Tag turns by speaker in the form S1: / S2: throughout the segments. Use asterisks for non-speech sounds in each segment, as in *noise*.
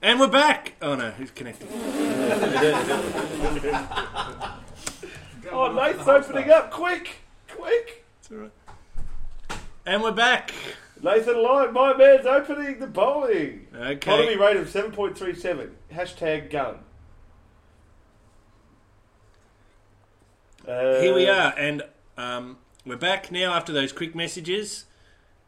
S1: And we're back. Oh no, who's connected?
S2: Oh, Nate's opening up. Quick, quick.
S1: It's all right. And we're back.
S2: Nathan Lyon, my man's opening the bowling. Economy
S1: Okay.
S2: rate of 7.37. Hashtag gun. Uh,
S1: Here we are, and um, we're back now after those quick messages.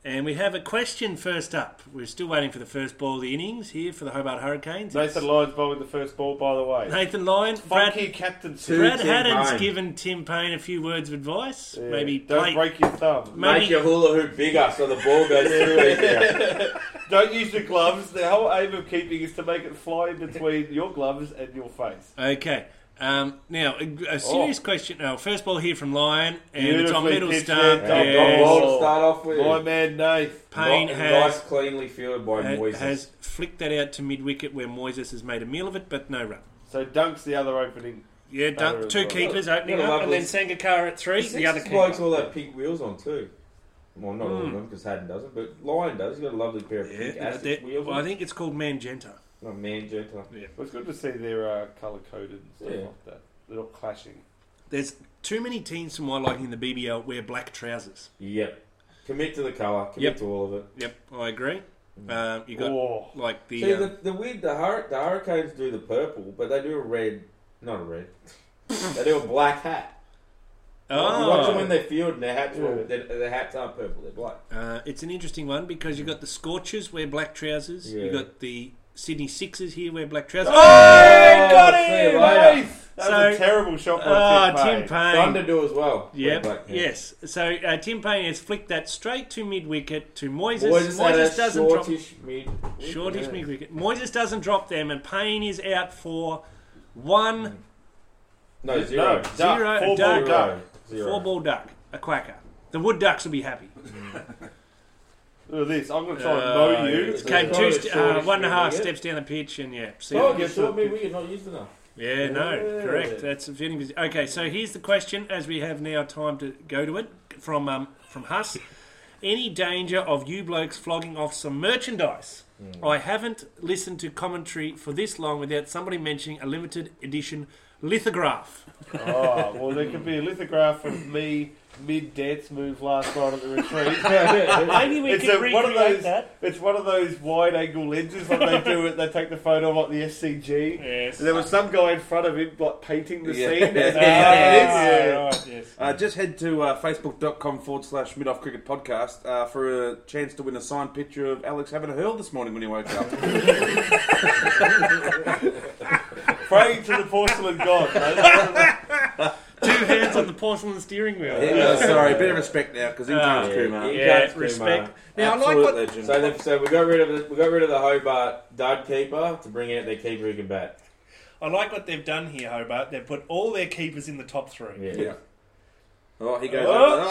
S1: And we have a question first up. We're still waiting for the first ball of the innings here for the Hobart Hurricanes.
S2: Nathan Lyon's bowling the first ball, by the way.
S1: Nathan Lyon,
S2: Funky
S1: Brad,
S2: captain.
S1: Brad
S3: Tim
S1: Haddon's
S3: Payne.
S1: given Tim Payne a few words of advice.
S2: Yeah,
S1: Maybe
S2: don't
S1: play,
S2: break your thumb.
S1: maybe
S3: Make your hula hoop bigger so the ball goes through it.
S2: Don't use your gloves. The whole aim of keeping is to make it fly in
S1: *laughs*
S2: between your gloves and your face.
S1: Okay. Um, now, a, a serious question. Now, first ball here from Lyon, and it's on
S2: Oh. Beautifully
S1: middle
S2: pitched
S1: stump.
S2: there, Tom.
S3: Got
S1: Yes.
S2: Tom
S3: ball to start off with.
S2: My man, Nath.
S1: Payne
S3: Nice-
S1: has-
S3: Nice, cleanly fielded by
S1: Ha-
S3: Moises.
S1: has flicked that out to mid wicket where Moises has made a meal of it, but no run.
S2: So Dunk's the other opening.
S1: Yeah,
S2: Better
S1: done.
S2: as
S1: two
S2: well.
S1: keepers opening
S3: What a
S1: up, and
S3: lovely-
S1: then Sangakkara at three.
S3: Six
S1: The other
S3: blokes
S1: keeper.
S3: all have pink wheels on too. Well, not all of them because Haddon doesn't, but Lyon does. He's got a lovely pair of pink
S1: Yeah,
S3: Asics
S1: that-
S3: wheels.
S1: well, I
S3: on.
S1: think it's called Mangenta.
S3: Not man gentle.
S2: Well, it's good to see they're uh, colour coded and stuff
S3: Yeah.
S2: like that. They're not clashing.
S1: There's too many teams from my liking in the BBL wear black trousers.
S3: Yep. Commit to the colour. Commit
S1: Yep.
S3: to all of it.
S1: Yep, I agree. Um, you got
S2: Oh.
S1: like the,
S3: Mm. See,
S1: um,
S3: the, the weird, the, hur- the Hurricanes do the purple, but they do a red. Not a red.
S1: *laughs*
S3: they do a black hat. You watch them
S1: oh,
S3: when they field and their hats,
S2: Yeah.
S3: are their, their hats aren't purple, they're black.
S1: Uh, it's an interesting one because you've got the Scorchers wear black trousers.
S3: Yeah.
S1: You've got the Sydney Sixers here wear black trousers. Oh,
S2: got
S3: see you
S2: him,
S3: later.
S2: Nath! That
S1: So-
S2: was a terrible shot by
S1: Ah,
S2: uh, Tim
S1: Tim
S2: Payne.
S1: Payne.
S3: Thunder do as well.
S1: Yep.
S3: Black, yeah.
S1: Yes. So uh, Tim Payne has flicked that straight to mid wicket to Moises.
S3: Boys had a
S1: Moises doesn't drop.
S3: shortish mid.
S1: Shortish mid wicket. Moises doesn't drop them, and Payne is out for
S3: Mm,
S1: one
S3: No,
S2: No,
S3: zero.
S2: duck.
S1: Zero,
S2: Four
S1: duck.
S2: ball duck.
S3: Zero. Zero.
S1: four ball duck, a quacker. The wood ducks will be happy.
S2: Look at this. I'm going to try and mow you.
S3: it's
S1: Came
S3: Uh, Yeah.
S1: two,
S3: Shortish
S1: st- uh, one and a
S3: mid
S1: half
S3: wicket.
S1: steps down the pitch, and yeah. See
S3: Oh,
S1: that.
S3: you short mid wicket, not used enough.
S1: Yeah, no,
S3: Yeah.
S1: correct. That's a fitting. visit. Okay, so here's the question as we have now time to go to it from um, from Huss. Any danger of you blokes flogging off some merchandise? *laughs* I haven't listened to commentary for this long without somebody mentioning a limited edition lithograph.
S2: Oh, well, there could be a lithograph of me mid dance move last night at the
S3: *laughs*
S2: retreat.
S1: Maybe we
S2: It's
S1: could
S2: a- one of
S1: recreate
S2: those.
S1: that.
S2: It's one of those wide-angle lenses when they do it. They take the photo of like the SCG.
S1: Yes.
S2: And there was some guy in front of him like painting the
S4: Yeah.
S2: scene.
S3: *laughs*
S2: uh,
S4: Yeah.
S2: as he
S4: Yeah.
S2: did.
S1: Ah, right, yes.
S4: Uh, just head to uh, facebook.com forward slash mid off cricket podcast uh, for a chance to win a signed picture of Alex having a hurl this morning when he woke up.
S2: Praying to the porcelain
S3: *laughs*
S2: god. mate.
S1: Two hands on the porcelain steering wheel.
S3: Yeah.
S4: Yeah, uh, sorry, a bit of respect now because
S1: Ah,
S4: Income's
S3: yeah,
S4: Kumar.
S3: yeah.
S1: Yeah,
S3: Too
S1: respect.
S3: much.
S1: Now, I like
S4: Absolute
S1: what
S4: legend.
S3: So, the, so we got rid of the, we got rid of the Hobart dud keeper to bring out their keeper who can bat.
S1: I like what they've done here, Hobart. They've put all their keepers in the top three.
S3: Yeah.
S4: yeah. Oh, he goes.
S2: Oh.
S4: over.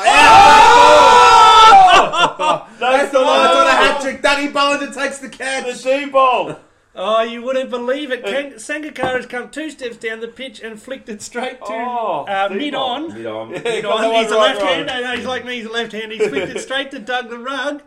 S4: Oh,
S2: That's
S4: the line's on a hat
S2: one.
S4: trick. Dougie Bollinger takes the
S2: Oh. The
S4: catch.
S2: D ball.
S1: Oh, you wouldn't believe
S2: Uh,
S1: it. Ken- Sangakkara has come two steps down the pitch and flicked it straight to
S2: Oh,
S1: uh,
S2: deep
S1: mid on.
S3: Mid on.
S1: Mid
S2: got that
S1: on.
S2: one
S1: He's a
S2: right,
S1: left hand. No, he's like me. He's a left hand. He's flicked it straight to Doug the rug.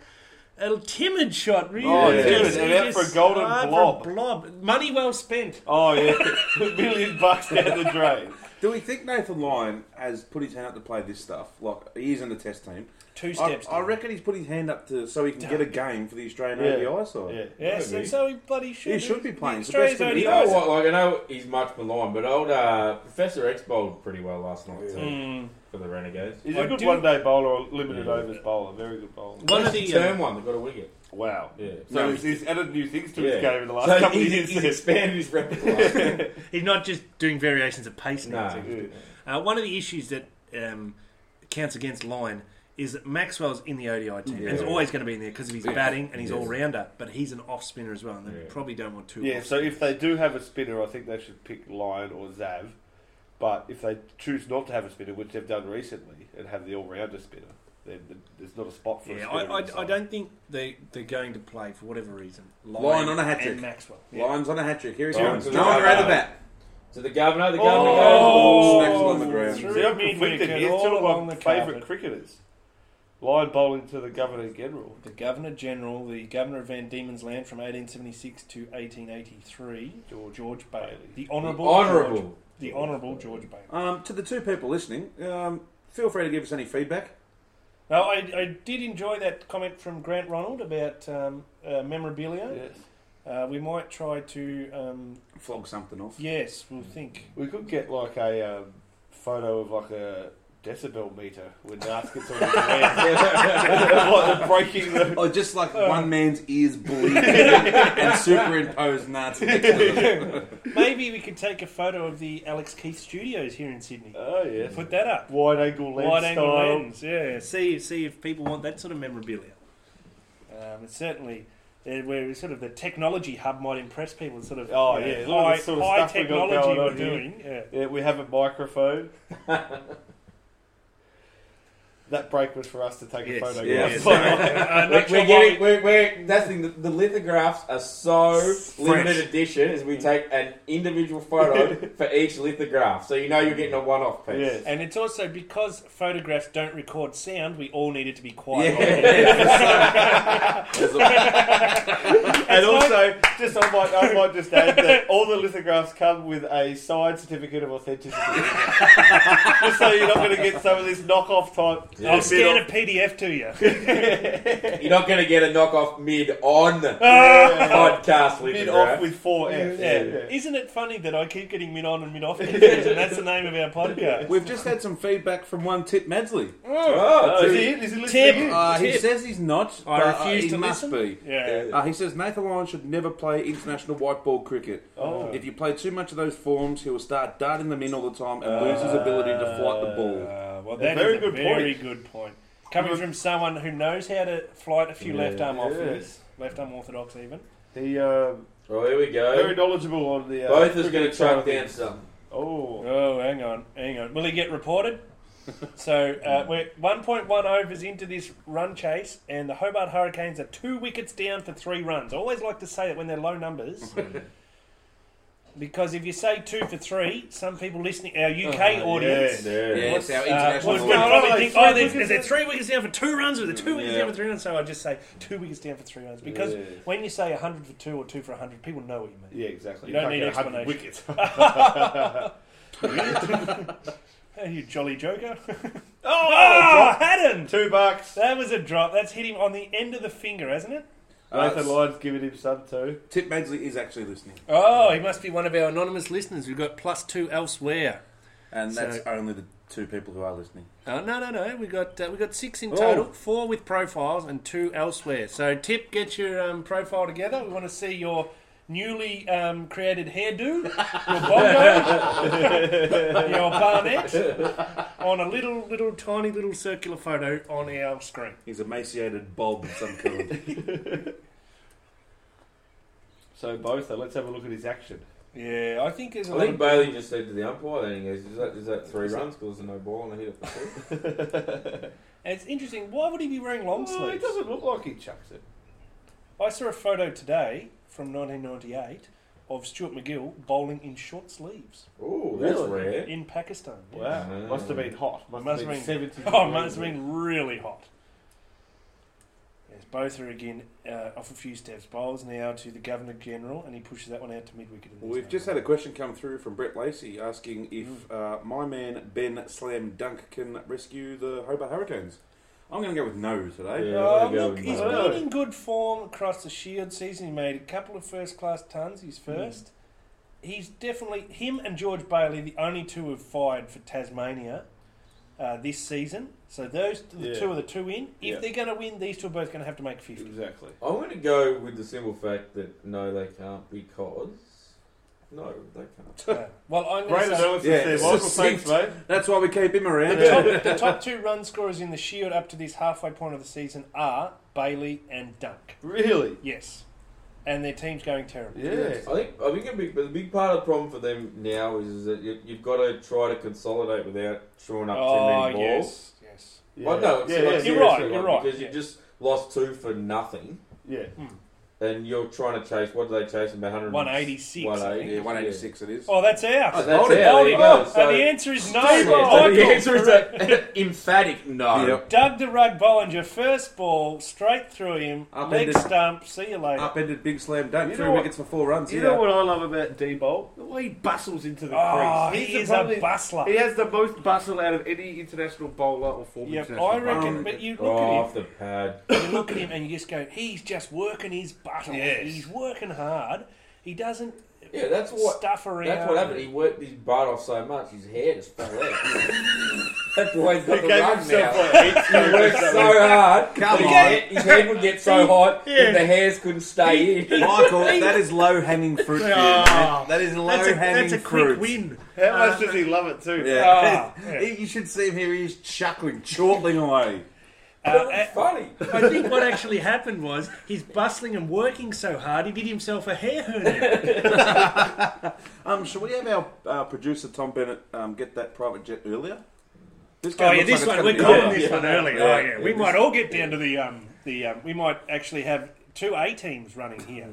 S1: A timid shot, really.
S2: Oh,
S3: Yeah.
S1: Just-
S2: timid, and
S1: he
S2: out
S1: just-
S2: for a golden
S1: ah, for a
S2: blob.
S1: blob. Money well spent.
S2: Oh yeah, *laughs* a million bucks down the drain.
S4: Do we think Nathan Lyon has put his hand up to play this stuff? Like he is in the test team.
S1: Two
S4: I,
S1: steps.
S4: I reckon he's put his hand up to so he can get a game for the Australian
S2: Yeah.
S4: ODI side.
S2: Yeah.
S1: Yes,
S3: Maybe.
S1: and so he bloody should.
S4: He should be playing. He's the
S1: Australia's
S4: best in the
S3: You
S1: only
S3: know
S4: league.
S3: what? Like I know he's much maligned, but old uh, Professor X bowled pretty well last night too for the Renegades.
S2: He's
S1: I
S2: a good
S1: do-
S2: one-day bowler, or limited overs bowler, very good bowler.
S1: One of
S3: That's
S1: the.
S3: term
S1: Uh,
S3: one that got a wicket.
S2: Wow.
S3: Yeah.
S2: So he's, he's added new things to his
S3: Yeah.
S2: game in the last
S3: So
S2: couple
S3: he's,
S2: of years.
S3: he's expanded his repertoire.
S1: he's not just doing variations of pace now.
S3: Nah.
S1: it's Uh, one of the issues that um, counts against Lyon is that Maxwell's in the ODI team. And he's
S3: Yeah.
S1: always going to be in there because of his batting and he's all rounder, but he's an off spinner as well, and they
S3: Yeah.
S1: probably don't want two.
S2: Yeah,
S1: off-
S2: so if they do have a spinner, I think they should pick Lyon or Zav. But if they choose not to have a spinner, which they've done recently, and have the all-rounder spinner, then th- there's not a spot for a
S1: yeah,
S2: spinner.
S1: I,
S2: in the
S1: I, I
S2: side.
S1: don't think they they're going to play for whatever reason.
S4: Lyon on a hat
S1: and
S4: trick.
S1: Maxwell. Yeah.
S4: Lyon's on a hat trick. Here he
S3: Lyon's
S4: comes.
S3: on
S4: No
S3: the
S4: one
S3: right.
S4: around the bat.
S3: to the governor, the governor
S4: Oh.
S3: goes.
S4: Snacks on the
S2: See,
S4: ground.
S2: I'm conflicted. Here's two of my favourite cricketers. Line bowling to the Governor General.
S1: The Governor General, the Governor of Van Diemen's Land from 1876 to 1883, George, George Bailey. The Honourable.
S3: Honourable.
S1: George, the Honourable George Bailey.
S4: Um, to the two people listening, um, feel free to give us any feedback.
S1: Now, I, I did enjoy that comment from Grant Ronald about um, uh, memorabilia.
S2: Yes.
S1: Uh, we might try to. Um,
S4: Flog something off.
S1: yes, we'll think.
S2: We could get like a um, photo of like a decibel meter when NAS gets
S4: *laughs*
S2: on the ground. *laughs* like the breaking the.
S4: Oh, just like one man's ears bleeding *laughs* and superimpose
S1: *laughs*
S4: Nazi. next to them.
S1: Maybe we could take a photo of the Alex Keith Studios here in Sydney.
S2: Oh, yes.
S1: Put that up.
S2: Wide angle lens
S1: Wide
S2: style.
S1: angle lens, yeah. See, see if people want that sort of memorabilia. Um, it's certainly uh, where sort of the technology hub might impress people. Sort of,
S2: Oh,
S1: you know,
S2: yeah, look at the
S1: high,
S2: sort of
S1: high
S2: stuff we got
S1: technology
S2: going
S1: we're
S2: on here.
S1: doing. Yeah.
S2: Yeah, we have a
S4: *laughs*
S2: microphone. that break was for us to take a
S1: Yes, *laughs*
S2: photo. *laughs*
S4: yes.
S1: Uh,
S3: We're,
S1: not sure
S3: we're
S1: why
S3: getting, we're, we're, that's the, thing, the, the lithographs are so
S4: Fresh.
S3: limited edition is we take an individual photo for each lithograph. So you know you're getting a one-off piece.
S2: Yes.
S1: And it's also because photographs don't record sound, we all needed to be quiet. *laughs*
S3: Yeah. There's a-
S1: It's like-
S2: And also, just I might, I might just add that all the lithographs come with a signed certificate of authenticity. *laughs* just so you're not going to get some of this knockoff
S3: *laughs*
S2: type. *laughs*
S1: I'll
S2: bit
S1: scan
S2: of-
S1: a PDF to you.
S3: you're not going to get a knockoff mid on
S2: Yeah.
S3: podcast
S2: Bit off
S3: lithograph.
S2: with four F.
S1: Yeah. Isn't it funny that I keep getting mid on and mid off confused, and *laughs* that's the name of our podcast?
S4: We've just had some feedback from one Tip Madsley.
S3: Oh,
S2: Oh, is
S3: dude.
S2: he, is he listening?
S1: Tip.
S2: to you?
S4: Uh, he
S1: Mm, Tip.
S4: says he's not.
S1: I
S4: but, uh,
S1: refuse
S4: he
S1: to
S4: must
S1: listen.
S4: be.
S1: Yeah.
S4: Uh, he says Nathan Lyon should never play international white ball cricket.
S2: Oh.
S4: If you play too much of those forms, he will start darting them in all the time and lose his ability to flight the ball.
S1: Uh, well,
S2: A
S1: that is
S2: very
S1: a
S2: good
S1: very good point. Coming from someone who knows how to flight a few
S3: Yeah.
S1: left arm off,
S2: Yes.
S1: left arm orthodox even.
S2: He um,
S3: Well, here we
S2: very
S3: go.
S2: knowledgeable on the. Uh,
S3: Both is going
S2: cricket
S3: to chuck
S2: side
S3: down
S2: of things.
S3: some.
S2: Oh,
S1: Oh, hang on, hang on. Will he get reported? so uh, we're 1.1 overs into this run chase, and the Hobart Hurricanes are two wickets down for three runs. I always like to say that when they're low numbers. Because if you say two for three, some people listening, our UK
S2: Oh,
S1: audience,
S2: yeah.
S4: Yes, our
S1: Uh,
S4: international
S1: would
S2: Well,
S1: would
S2: no,
S4: audience.
S1: probably
S2: no,
S1: think,
S2: three
S1: oh, there's,
S2: wickets
S1: there's three wickets down for two runs, or there's two wickets
S4: Yeah.
S1: down for three runs. So I just say two wickets down for three runs because
S2: Yeah.
S1: when you say 100 for two or two for 100, people know what you mean.
S2: yeah, exactly.
S1: You don't
S2: can't
S1: need
S2: get a hundred
S1: explanation.
S2: wickets. *laughs*
S1: Hey, you jolly joker. *laughs*
S2: oh, drop.
S1: oh, hadn't!
S2: two bucks.
S1: That was a drop. That's hit him on the end of the finger, hasn't it?
S2: Nathan
S4: Uh,
S2: Lyon's giving him some too.
S4: Tip Madsley is actually listening,
S1: Oh, he must be one of our anonymous listeners. We've got plus two elsewhere.
S4: and that's
S1: So-
S4: only the two people who are listening.
S1: Uh, no, no, no. We got uh, we got six in
S4: Oh.
S1: total, four with profiles and two elsewhere. So, tip, get your um, profile together. We want to see your newly um, created hairdo, your bongo, *laughs* your barnet, on a little, little, tiny, little circular photo on our screen.
S4: He's emaciated Bob of some kind.
S2: So both. Though. Let's have a look at his action.
S1: Yeah, I think there's a
S3: I
S1: lot
S3: think
S1: of
S3: Bailey just said to the umpire, then he goes, "Is that is that three runs? Because there's no ball and I hit it for two.
S1: And it's interesting. Why would he be wearing long
S2: Oh, it
S1: sleeves?
S2: doesn't look like he chucks it.
S1: I saw a photo today from 1998 of Stuart McGill bowling in short sleeves
S3: Ooh, that's
S2: Really?
S3: rare.
S1: in Pakistan.
S2: Wow, must have been hot. Must,
S1: Must
S2: have
S1: have
S2: been seventy.
S1: Oh, must have
S2: degrees.
S1: been really hot. Yes, both are again uh, off a few steps. Bowls now to the Governor General, and he pushes that one out to mid wicket.
S4: Well, We've just had a question come through from Brett Lacey asking if uh, my man Ben Slam Dunk can rescue the Hobart Hurricanes. I'm going to go with no today.
S3: Yeah.
S1: Oh,
S3: There we go.
S1: look, he's
S2: Wow.
S1: been in good form across the Shield season. He made a couple of first class tons. He's first. He's definitely him and George Bailey, the only two who've fired for Tasmania uh, this season. So those the
S2: Yeah.
S1: two are the two in. If
S2: Yeah.
S1: they're going to win, these two are both going to have to make
S2: *laughs*
S1: fifty.
S2: exactly.
S3: I'm going to go with the simple fact that no, they can't because no, they can't.
S1: Uh, well, I'm going
S2: Great
S1: to say
S2: analysis
S4: Yeah,
S2: there,
S4: it's
S2: Michael.
S4: succinct.
S2: Thanks, mate.
S4: That's why we keep him around.
S1: the top, the top two run scorers in the Shield up to this halfway point of the season are Bailey and Dunk.
S2: Really?
S1: Yes, and their team's going terrible.
S2: Yeah.
S3: I think I think a big, but the big part of the problem for them now is, is that you, you've got to try to consolidate without throwing up
S1: Oh
S3: too many balls.
S1: yes, yes.
S2: Yeah.
S3: Well, no, it's
S2: yeah,
S3: like
S2: yeah,
S1: you're
S3: seriously,
S1: right, you're
S3: like,
S1: right,
S3: Because
S1: yeah.
S3: you just lost two for nothing.
S2: yeah.
S3: And you're trying to chase, what do they chase? About 100
S1: 186, I think.
S4: Yeah, 186 it is.
S1: Oh, that's out.
S3: Oh, that's
S1: Hold it,
S3: out,
S1: hold
S3: there
S1: it.
S3: you
S1: Oh,
S3: go. So-
S1: and the answer is no.
S3: Yeah, so
S1: Michael.
S3: the answer is an emphatic no.
S4: Yep.
S1: Doug the Rug Bollinger, first ball, straight through him,
S4: Up
S1: leg
S4: ended.
S1: stump, see you later.
S4: Upended big slam dunk,
S2: You know
S4: three
S2: what-
S4: wickets for four runs.
S2: You
S4: yeah.
S2: know what I love about D-Bolt? The way he bustles into the
S1: Oh,
S2: crease.
S1: he
S2: the
S1: is a
S2: probably-
S1: bustler.
S2: He has the most bustle out of any international bowler or former
S1: Yep,
S2: international
S1: I reckon,
S4: Um,
S1: but you look
S3: Oh, off the pad.
S1: at him, you look at him, and you just go, he's just working his butt off.
S2: Yes.
S1: He's working hard. He doesn't
S3: Yeah, that's what.
S1: stuff around.
S3: That's what happened. He worked his butt off so much, his hair just fell *laughs* out. that's why he's got the run now. He worked so hard.
S5: Come
S3: his
S5: on.
S3: Head, his head would get *laughs* so hot
S1: Yeah.
S3: that the hairs couldn't stay in. *laughs*
S5: Michael, that is low hanging fruit. for you, man. That is low
S1: That's a,
S5: hanging
S1: that's a quick
S5: fruit.
S1: win.
S2: How much does he love it too?
S5: Yeah.
S4: *laughs*
S1: Ah, yeah.
S5: You should see him here. He's chuckling, chortling away.
S1: Uh, uh,
S3: It's funny.
S1: *laughs* I think what actually happened was he's bustling and working so hard, he did himself a hair hernia.
S4: Um, should we have our uh, producer Tom Bennett um, get that private jet earlier? This
S1: oh
S4: game
S1: yeah,
S4: looks
S1: this
S4: like
S1: one
S4: it's
S1: we're
S4: gonna be
S1: calling
S4: over.
S1: this one early.
S3: Yeah.
S1: oh yeah, we
S3: Yeah,
S1: might all get down to the um the um, we might actually have two A teams running here.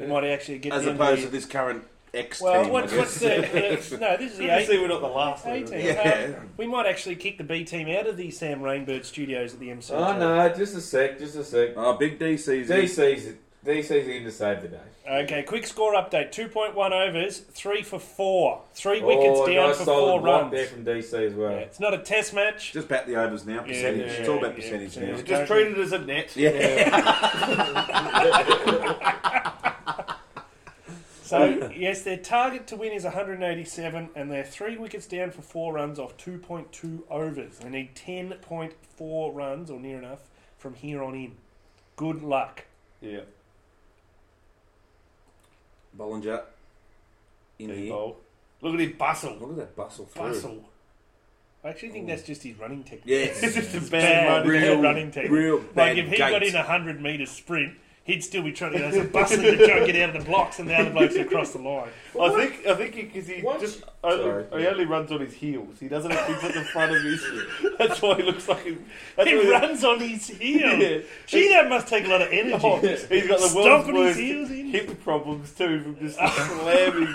S1: We might actually get
S5: As
S1: down
S5: opposed
S1: to
S5: to
S1: the,
S5: this current X
S1: well,
S5: team.
S1: what's,
S5: I
S1: what's
S4: *laughs*
S5: guess.
S1: the uh, no? This is
S2: *laughs*
S1: the A
S2: Obviously, we're not the last
S1: A
S2: one.
S1: team.
S5: Yeah.
S1: Uh, we might actually kick the B team out of the Sam Rainbird Studios at the MC.
S3: *laughs* Oh no, just a sec, just a sec.
S4: Oh, big DC's.
S3: DC's DC's in to save the day.
S1: Okay, quick score update: two point one overs, three for four, three wickets
S3: Oh,
S1: down
S3: nice
S1: for
S3: solid
S1: four
S3: block
S1: runs.
S3: there from DC as well.
S1: Yeah, it's not a test match.
S4: Just bat the overs now. Percentage.
S1: yeah,
S4: it's all about
S1: yeah,
S4: percentage now.
S1: percentage.
S2: Just treat it as a net.
S5: Yeah.
S1: So yes, their target to win is 187, and they're three wickets down for four runs off 2.2 overs. They need 10.4 runs or near enough from here on in. Good luck.
S2: Yeah.
S4: *laughs* Bollinger in here.
S2: D-Bolt. Look at his bustle.
S4: Look at that bustle through.
S1: Bustle. I actually think that's just his running technique. *laughs*
S5: Yes.
S1: It's just a
S2: bad
S1: bad,
S2: run-
S1: bad
S5: real-
S1: running technique.
S5: real
S1: like
S5: bad
S1: if he got
S5: gait.
S1: in a hundred metre sprint, he'd still be trying to, you know, sort of bustling to try and get out of the blocks, and the other blokes would cross the line.
S2: I think I think because he,
S3: What?
S2: just only,
S3: Sorry.
S2: he only runs on his heels. He doesn't actually put the front of
S3: *laughs*
S2: his. That's why he looks
S1: *laughs*
S2: like he. That's
S1: He
S2: why
S1: runs on his heel.
S2: *laughs* Yeah.
S1: Gee, that must take a lot of energy.
S2: Oh, *laughs* he's got the world's
S1: Stomping his
S2: worst
S1: heels in.
S2: hip problems too
S1: *laughs*
S2: from just slamming.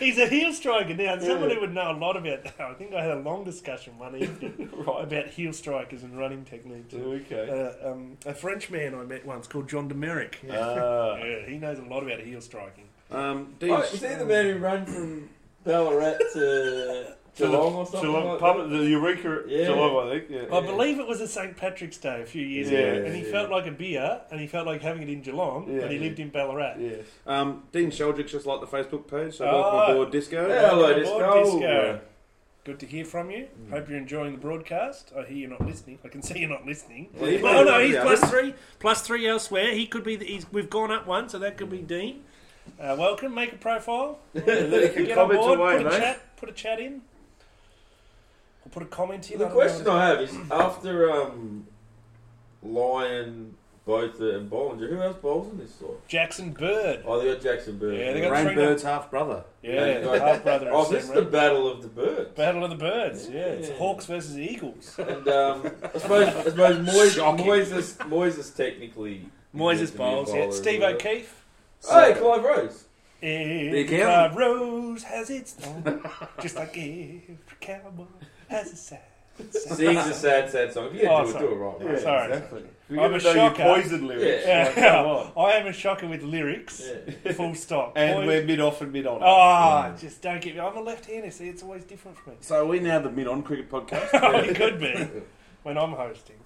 S1: He's a heel striker now, and someone who would know a lot about *laughs* that. I think I had a long discussion one evening *laughs*
S2: right.
S1: about heel strikers and running techniques.
S2: *laughs* Okay.
S1: Uh, um, a French man I met once called John Demeric.
S2: Uh,
S1: Yeah, he knows a lot about heel striking.
S4: Um, D-
S3: Oh, is he the man who ran from Ballarat to Geelong or something?
S2: Geelong,
S3: like
S2: pub- the Eureka at
S3: Yeah.
S2: Geelong, I think. Yeah.
S1: I believe it was a St. Patrick's Day a few years
S2: Yeah,
S1: ago, and he
S3: yeah.
S1: felt like a beer, and he felt like having it in Geelong,
S2: Yeah.
S1: and he lived in Ballarat.
S2: Yes.
S4: um, Dean Sheldrick's just like the Facebook page, so
S1: Oh.
S4: welcome aboard, Disco.
S3: that? Yeah, hello,
S1: Welcome aboard,
S3: disco. Hmm.
S1: Disco. Good to hear from you. Hope you're enjoying the broadcast. I hear you're not listening. I can see you're not listening.
S4: Well, he
S1: Oh
S4: might
S1: no,
S4: be
S1: he's
S4: the
S1: plus
S4: other.
S1: three, plus three elsewhere. He could be. The, he's, we've gone up one, so that could be Dean. Uh, welcome. Make a
S3: *laughs*
S1: profile. Get on
S2: Comments
S1: board.
S2: away,
S1: put a
S2: mate.
S1: chat. Put a chat in. Or put a comment in.
S3: The
S1: I don't
S3: question
S1: know.
S3: I have is after um, Lyon, Botha, and Bollinger, who else bowls in this sort?
S1: Jackson Bird.
S3: Oh, they got Jackson Bird.
S1: Yeah, they got-
S5: Rainbird's half brother.
S1: Yeah,
S3: Yeah.
S1: half brother.
S3: Oh, this is the battle of the birds.
S1: Battle of the Birds. Yeah, it's
S3: Yeah.
S1: Hawks versus Eagles.
S3: And um, I suppose, I suppose Moyes,
S1: *laughs*
S5: Shocking.
S3: Moises, Moises technically.
S1: Moises Bowles. Yeah, Steve O'Keefe.
S3: Hey, Oh, Clive Rose.
S1: Every
S5: Big Hill.
S1: club rose has
S3: *laughs*
S1: its thorn, just like every cowboy has a sad. sad
S3: Sings a
S1: song.
S3: sad, sad song. If you
S1: Oh,
S3: can do it,
S1: sorry.
S3: do it right.
S2: Yeah,
S3: mate.
S1: Sorry.
S2: exactly. If
S1: I'm
S2: you're
S1: a
S2: going to know
S1: shocker.
S2: your poison lyrics,
S3: Yeah.
S2: like, come on.
S1: I am a shocker with lyrics. *laughs*
S3: Yeah.
S1: Full stop.
S2: And
S1: Boy-
S2: we're mid off and mid on.
S1: Ah, just don't get me. I'm a left-hander. See, it's always different
S3: *laughs*
S1: for me. *laughs*
S4: So are we now the mid on cricket podcast?
S1: Probably could be when I'm hosting.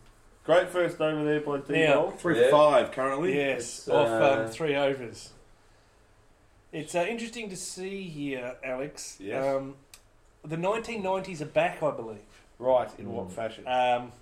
S2: Great first over there by D
S1: Now-
S2: Bolt.
S4: Three
S3: Yeah.
S4: for five currently.
S1: Yes,
S3: It's,
S1: off um,
S3: uh,
S1: three overs. It's uh, interesting to see here, Alex.
S2: Yes.
S1: Um, the 1990s are back, I believe.
S2: Right, in
S3: Mm.
S2: what fashion?
S1: Um,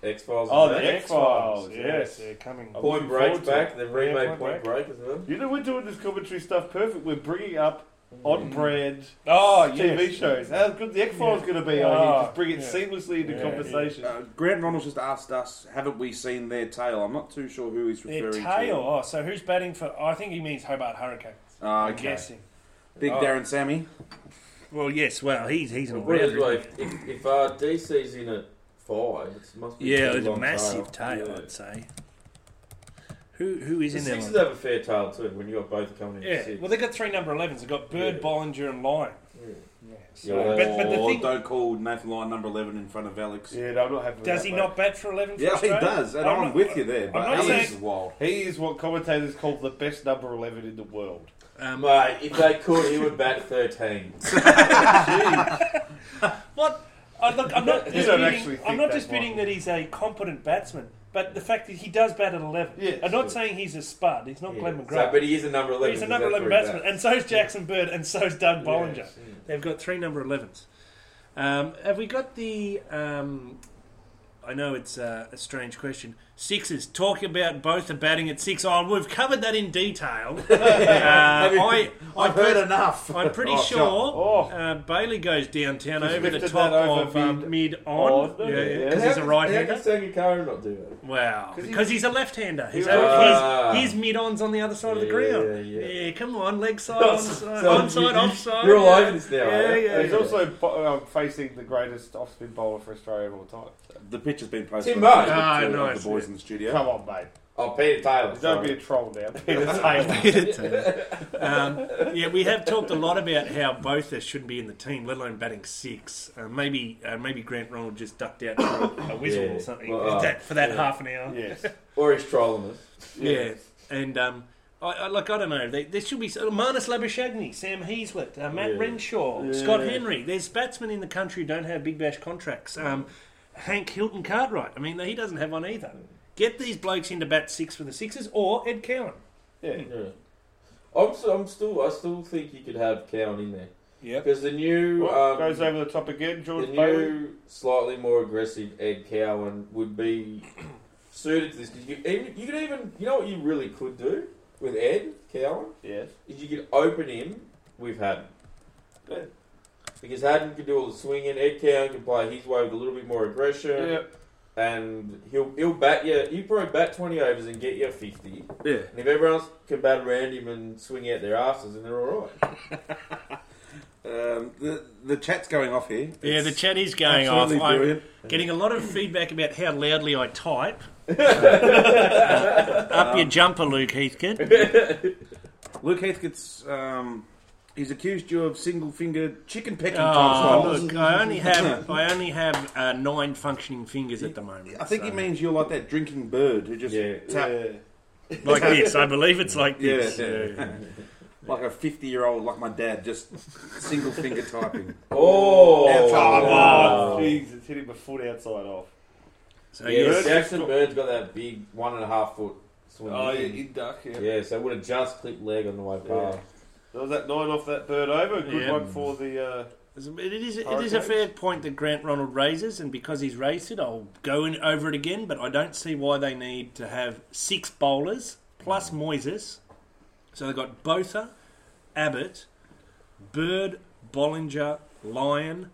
S3: X Files.
S2: Oh,
S1: the
S2: the
S3: back.
S1: X-Files,
S2: X-Files,
S1: Yes,
S2: yes.
S1: they're coming.
S2: I'm
S3: Point
S2: looking
S3: Break's
S2: forward to
S3: back. They've remade
S1: Point
S3: Point Break as well.
S2: you know, we're doing this commentary stuff perfect. We're bringing up on brand
S1: Oh, yes.
S2: TV shows. How good the X Files going to be on
S1: Ah,
S2: here. Just bring it
S1: yeah.
S2: seamlessly into
S1: Yeah,
S2: conversation.
S4: Uh, Grant Ronalds just asked us, haven't we seen their tail? I'm not too sure who he's
S1: Their
S4: referring
S1: tail. Oh, so who's batting for? I think he means Hobart Hurricanes.
S4: to. Uh,
S1: I'm
S4: okay.
S1: guessing.
S4: Big
S1: Oh.
S4: Darren Sammy.
S1: Well, yes. Well, he's he's
S3: Well, what is like, if, if uh, DC's in at five, it must be. pretty long tail. Yeah.
S1: say. Who who is
S3: The
S1: in there?
S3: Sixers have a fair tail too when you got both coming in
S1: Yeah.
S3: six.
S1: Well, they got three number 11s. They've got Bird,
S3: Yeah.
S1: Bollinger, and Lyon.
S3: Yeah.
S1: Yeah,
S3: Yeah,
S1: but, but the
S4: Or
S1: thing,
S4: don't call Nathan Lyon number 11 in front of Alex.
S2: Yeah, no, I'm not happy with
S1: does
S2: that,
S1: he
S2: mate.
S1: not bat for 11 for
S4: Yeah, he
S1: Australia?
S4: does, and I'm,
S1: not-
S4: with you there. But
S1: not
S4: Alex
S1: saying-
S4: is wild.
S2: He is what commentators call the best number 11 in the world.
S1: Um,
S3: Mate, if they could, he would bat
S1: *laughs*
S3: 13.
S1: What? I, look, I'm not
S2: You don't actually
S1: disputing,
S2: think
S1: I'm not
S2: that
S1: disputing
S2: much.
S1: that he's a competent batsman, but the fact that he does bat at 11.
S2: Yes.
S1: I'm not saying he's a spud. He's not Glenn
S3: Yeah.
S1: McGrath.
S3: So, but he is a number 11.
S1: he's a
S3: so
S1: number
S3: that's
S1: 11
S3: where he
S1: batsman,
S3: bats.
S1: and so is Jackson Bird, and so is Doug Bollinger.
S3: Yes.
S1: They've got three number 11s. Um, have we got the. Um, I know it's uh, a strange question. Sixes. Talk about both the batting at six. Oh, we've covered that in *laughs* detail. uh, I, I
S5: I've heard enough.
S1: I'm pretty
S2: Oh,
S1: sure
S2: shut-
S1: uh, Bailey goes downtown
S2: He's
S1: over the
S2: lifted
S1: top
S2: that over
S1: of uh, mid on.
S2: on,
S1: Yeah,
S2: yeah.
S1: yeah,
S2: And
S1: because
S3: How
S1: he's a
S3: can-
S1: right
S3: How
S1: hander.
S3: can Sangakkara not do that?
S1: Wow,
S2: 'Cause he-
S1: because he's a left hander. His,
S2: He was-
S3: Ah.
S1: his, mid on's on the other side of the
S3: Yeah,
S1: ground.
S3: yeah,
S1: Yeah,
S3: yeah.
S1: come on, leg
S3: *laughs*
S1: side, on side,
S3: so
S1: on side,
S3: you-
S1: offside.
S3: you're all
S1: yeah.
S3: over this now, eh?
S1: Yeah,
S3: aren't you?
S1: yeah.
S2: And he's
S1: yeah. *laughs*
S2: also bo- um, facing the greatest off spin bowler for Australia of all time. So,
S4: The picture's been posted
S3: Tim
S4: on
S3: Murray.
S4: Facebook
S1: Ah,
S4: to
S1: nice,
S4: the boys
S1: yeah.
S4: in the studio.
S2: Come on, mate.
S3: Oh, Peter Taylor.
S2: Don't
S3: sorry.
S2: be a troll now. Peter Taylor.
S1: Um, yeah, we have talked a lot about how both us shouldn't be in the team, let alone batting six. Uh, maybe, uh, maybe Grant Ronald just ducked out for a whistle
S3: Yeah.
S1: or something
S3: Well, uh,
S1: that, for that half an hour.
S2: yes.
S3: Or he's trolling us.
S1: Yeah, and um, I, I like I don't know. They, there should be uh, Marnus Labuschagne, Sam Heaslett, uh, Matt
S3: Yeah.
S1: Renshaw, Scott Henry. There's batsmen in the country who don't have big bash contracts. Um, Hank Hilton Cartwright. I mean, he doesn't have one either. Get these blokes into bat six for the Sixers or Ed Cowan.
S2: Yeah.
S3: Um, I'm, so, I'm still, I still think you could have Cowan in there
S1: Yep.
S3: because the new,
S2: Well,
S3: um,
S2: goes over the top again,
S3: the
S2: George Bailey.
S3: new, slightly more aggressive Ed Cowan would be suited to this. 'Cause you, could even, you could even, you know what you really could do with Ed Cowan
S2: Yes.
S3: is you could open him with Haddon.
S2: Yeah.
S3: Because Haddon can do all the swinging, Ed Cowan can play his way with a little bit more aggression,
S2: Yeah.
S3: and he'll he'll bat you. He'll probably bat twenty overs and get you fifty.
S4: Yeah.
S3: And if everyone else can bat around him and swing out their asses, and they're all right.
S4: Um, the, the chat's going off here.
S1: Yeah,
S4: It's
S1: the chat is going off.
S4: absolutely
S1: I'm
S4: brilliant.
S1: getting a lot of feedback about how loudly I *laughs* type. Up your jumper, Luke Heathcote.
S4: Luke Heathcote's, um, he's accused you of single finger chicken pecking
S1: Oh,
S4: Tom Smiles.
S1: look, I only have I only have uh, nine functioning fingers at the moment.
S4: I think
S1: so-
S4: he means you're like that drinking bird who just
S3: Yeah.
S4: tap
S1: like this. I believe it's like
S4: Yeah,
S1: this.
S4: yeah. *laughs* like a 50 year old, like my dad, just single finger typing.
S3: Oh,
S4: That's hard.
S2: Oh,
S3: wow.
S2: jeez, it's hitting my foot outside off.
S1: So
S3: Yeah,
S1: yes.
S3: Jackson Bird's got that big one and a half foot swing.
S1: Oh,
S2: duck,
S3: yeah, so it would have just clipped leg on the way past.
S2: There was that nine off that bird over. A good
S1: Yeah.
S2: one for the. Uh,
S1: it is it is a fair point that Grant Ronald raises, and because he's raised it, I'll go in over it again. But I don't see why they need to have six bowlers plus Moises. So they've got Botha, Abbott, Bird, Bollinger, Lyon,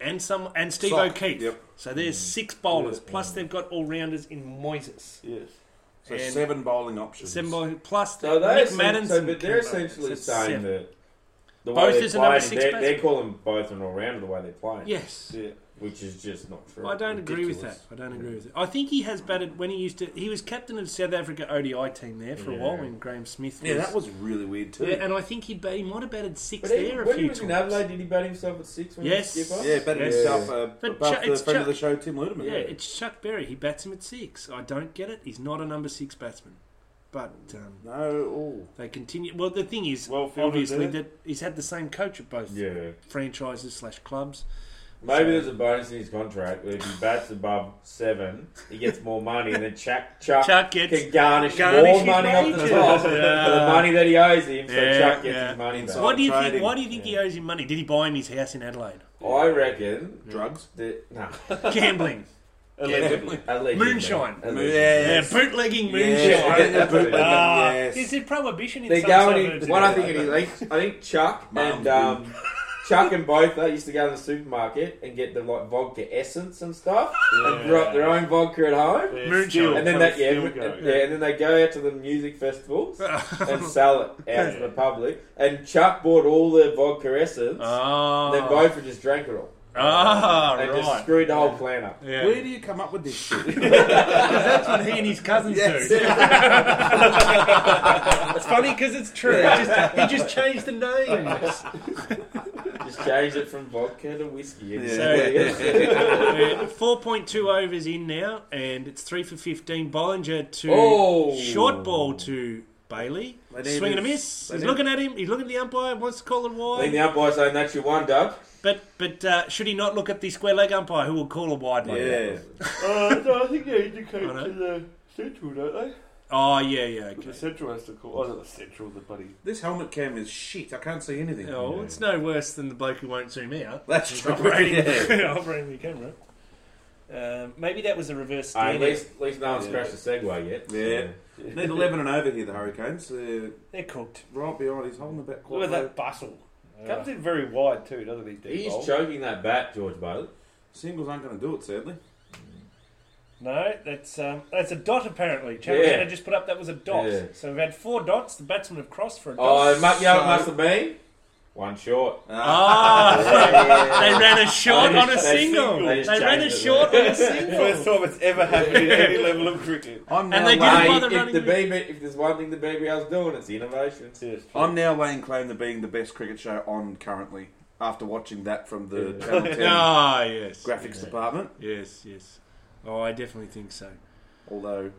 S1: and some and Steve
S4: Sock,
S1: O'Keefe.
S4: yep.
S1: So there's six bowlers plus they've got all rounders in Moises.
S2: yes.
S4: So
S1: And-
S4: seven bowling options.
S1: Symbol plus
S3: So
S1: the,
S3: they
S1: Nick
S3: essen-
S1: Madden's
S3: so, but they're
S1: and-
S3: essentially
S1: it's
S3: saying
S1: seven.
S3: that the
S1: Both
S3: way they're
S1: is a number
S3: playing,
S1: six
S3: they're,
S1: batsman.
S3: they're calling both an all rounder the way they're playing,
S1: Yes.
S2: Yeah.
S3: which is just not true.
S1: I don't agree with that.
S3: Ridiculous.
S1: I don't agree with it. I think he has batted when he used to. He was captain of South Africa ODI team there for a
S3: Yeah.
S1: while when Graham Smith. Was,
S4: Yeah, that was really weird too.
S1: Yeah, and I think he ba- he might have batted six
S3: But he,
S1: there a
S3: when he
S1: few
S3: was in
S1: times.
S3: Adelaide, did he bat himself at six when
S1: Yes.
S3: he was skipper?
S4: Yeah, but
S1: Yes.
S4: himself uh,
S1: But
S4: above
S1: Ch-
S4: the
S1: it's
S4: friend of
S1: Ch-
S4: the show, Tim Ludeman.
S1: yeah, it's Chuck Berry. He bats him at six. I don't get it. He's not a number six batsman. But um,
S4: no, oh.
S1: they continue. Well, the thing is,
S2: Well fielded
S1: obviously,
S2: there.
S1: that he's had the same coach at both
S3: Yeah.
S1: franchises slash clubs.
S3: Maybe there's a bonus in his contract where if he bats above seven, he gets more money, and then Chuck Chuck,
S1: Chuck gets
S3: can garnish,
S1: garnish
S3: more
S1: his
S3: money off the
S1: wages.
S3: top for
S1: Yeah.
S3: the money that he owes him. So
S1: Yeah,
S3: Chuck gets
S1: yeah.
S3: his money back.
S4: So
S1: Why do you
S4: trading.
S1: think? Why do you think he owes him money? Did he buy him his house in Adelaide? *laughs*
S3: I reckon
S4: drugs.
S3: that no
S1: Gambling,
S2: Allegedly.
S3: *laughs* allegedly.
S1: moonshine.
S3: Allegedly.
S1: Yeah,
S4: Yes.
S1: bootlegging moonshine.
S4: Yes,
S2: getting the
S4: bootleg,
S1: Ah,
S4: yes.
S1: Is there prohibition in
S3: They're
S1: some
S3: going in.
S1: suburbs
S3: What I
S1: anyway?
S3: think it is, I think- I think
S1: *laughs*
S3: Chuck
S4: Mum.
S3: and um, Chuck and both they used to go to the supermarket and get the like vodka essence and stuff, and brew up their own vodka at home.
S2: Yeah,
S1: Moonshine.
S2: still-
S3: And then that yeah,
S2: still
S3: and,
S2: go.
S3: yeah, and then they go out to the music
S1: *laughs*
S3: festivals and sell it out to the public. And Chuck bought all their vodka essence.
S1: Oh.
S3: *laughs* And then both of just drank it all.
S1: Ah,
S3: They just
S1: right.
S3: screwed the whole
S1: *laughs*
S3: plan up.
S1: Yeah.
S4: Where do you come up with this shit?
S1: That's what he and his cousins
S3: *laughs*
S1: do. it's funny because it's true. He, just, he just changed the name.
S3: Just change it from vodka to whiskey. And *laughs*
S1: Uh, 4.2 overs in now, and it's 3 for 15. Bollinger to
S3: Oh.
S1: short ball to Bailey.
S5: They need
S1: Swing and a
S5: to-
S1: miss.
S5: they
S1: He's
S5: need-
S1: looking at him. He's looking at the umpire. Wants to call it
S3: I think
S1: wide.
S3: the umpire's saying that's your one, Dub.
S1: But but uh, should he not look at the square leg umpire who will call a wide one?
S5: Yeah.
S2: uh, no, I think they indicate
S1: I know.
S2: to the central, don't they?
S1: Oh, yeah, yeah, okay.
S2: The central has to call. Oh, not the central, the buddy.
S4: this helmet cam is shit. I can't see anything.
S1: Oh, it's no worse than the bloke who won't zoom
S3: *laughs*
S1: out.
S5: That's
S1: operating,
S5: right.
S1: operating the camera. *laughs* Um, maybe that was a reverse
S3: Uh, at,
S1: standing.
S3: least, at least no one's crashed the Segway yet. so-
S4: Yeah. *laughs* Need 11 and over here, the Hurricanes. Uh, They're
S1: They're cooked.
S4: right behind. He's holding the back quite
S2: Look at
S4: low.
S2: that bustle. *laughs* Comes in very wide too, doesn't he? Deep
S3: He's choking that bat, George Bailey.
S4: Singles aren't going to do it, sadly.
S1: No, that's um, that's a dot apparently. Channel
S3: Yeah.
S1: 10 I just put up that was a dot.
S3: Yeah.
S1: So we've had four dots. The batsmen have crossed for a
S3: Oh,
S1: dot.
S3: it mu- you know, it must have been one short.
S1: *laughs* Ah, they ran a short
S3: They
S1: on
S3: just-
S1: a
S3: they
S1: single.
S3: single.
S1: They,
S3: They just
S1: ran a
S3: changed it,
S1: short on a
S3: *laughs*
S2: First
S1: single.
S2: time it's ever happened in any level of cricket.
S4: I'm now
S1: And they
S4: laying,
S1: didn't bother
S3: Mate, if,
S1: running
S3: the
S1: with-
S3: BB, if there's one thing the BBL's doing, it's innovation.
S2: Yes.
S4: I'm now laying claim to being the best cricket show on currently after watching that from the Channel
S1: *laughs*
S4: 10
S1: Ah, yes.
S4: graphics department.
S1: Yes, yes. Oh, I definitely think so.
S4: Although,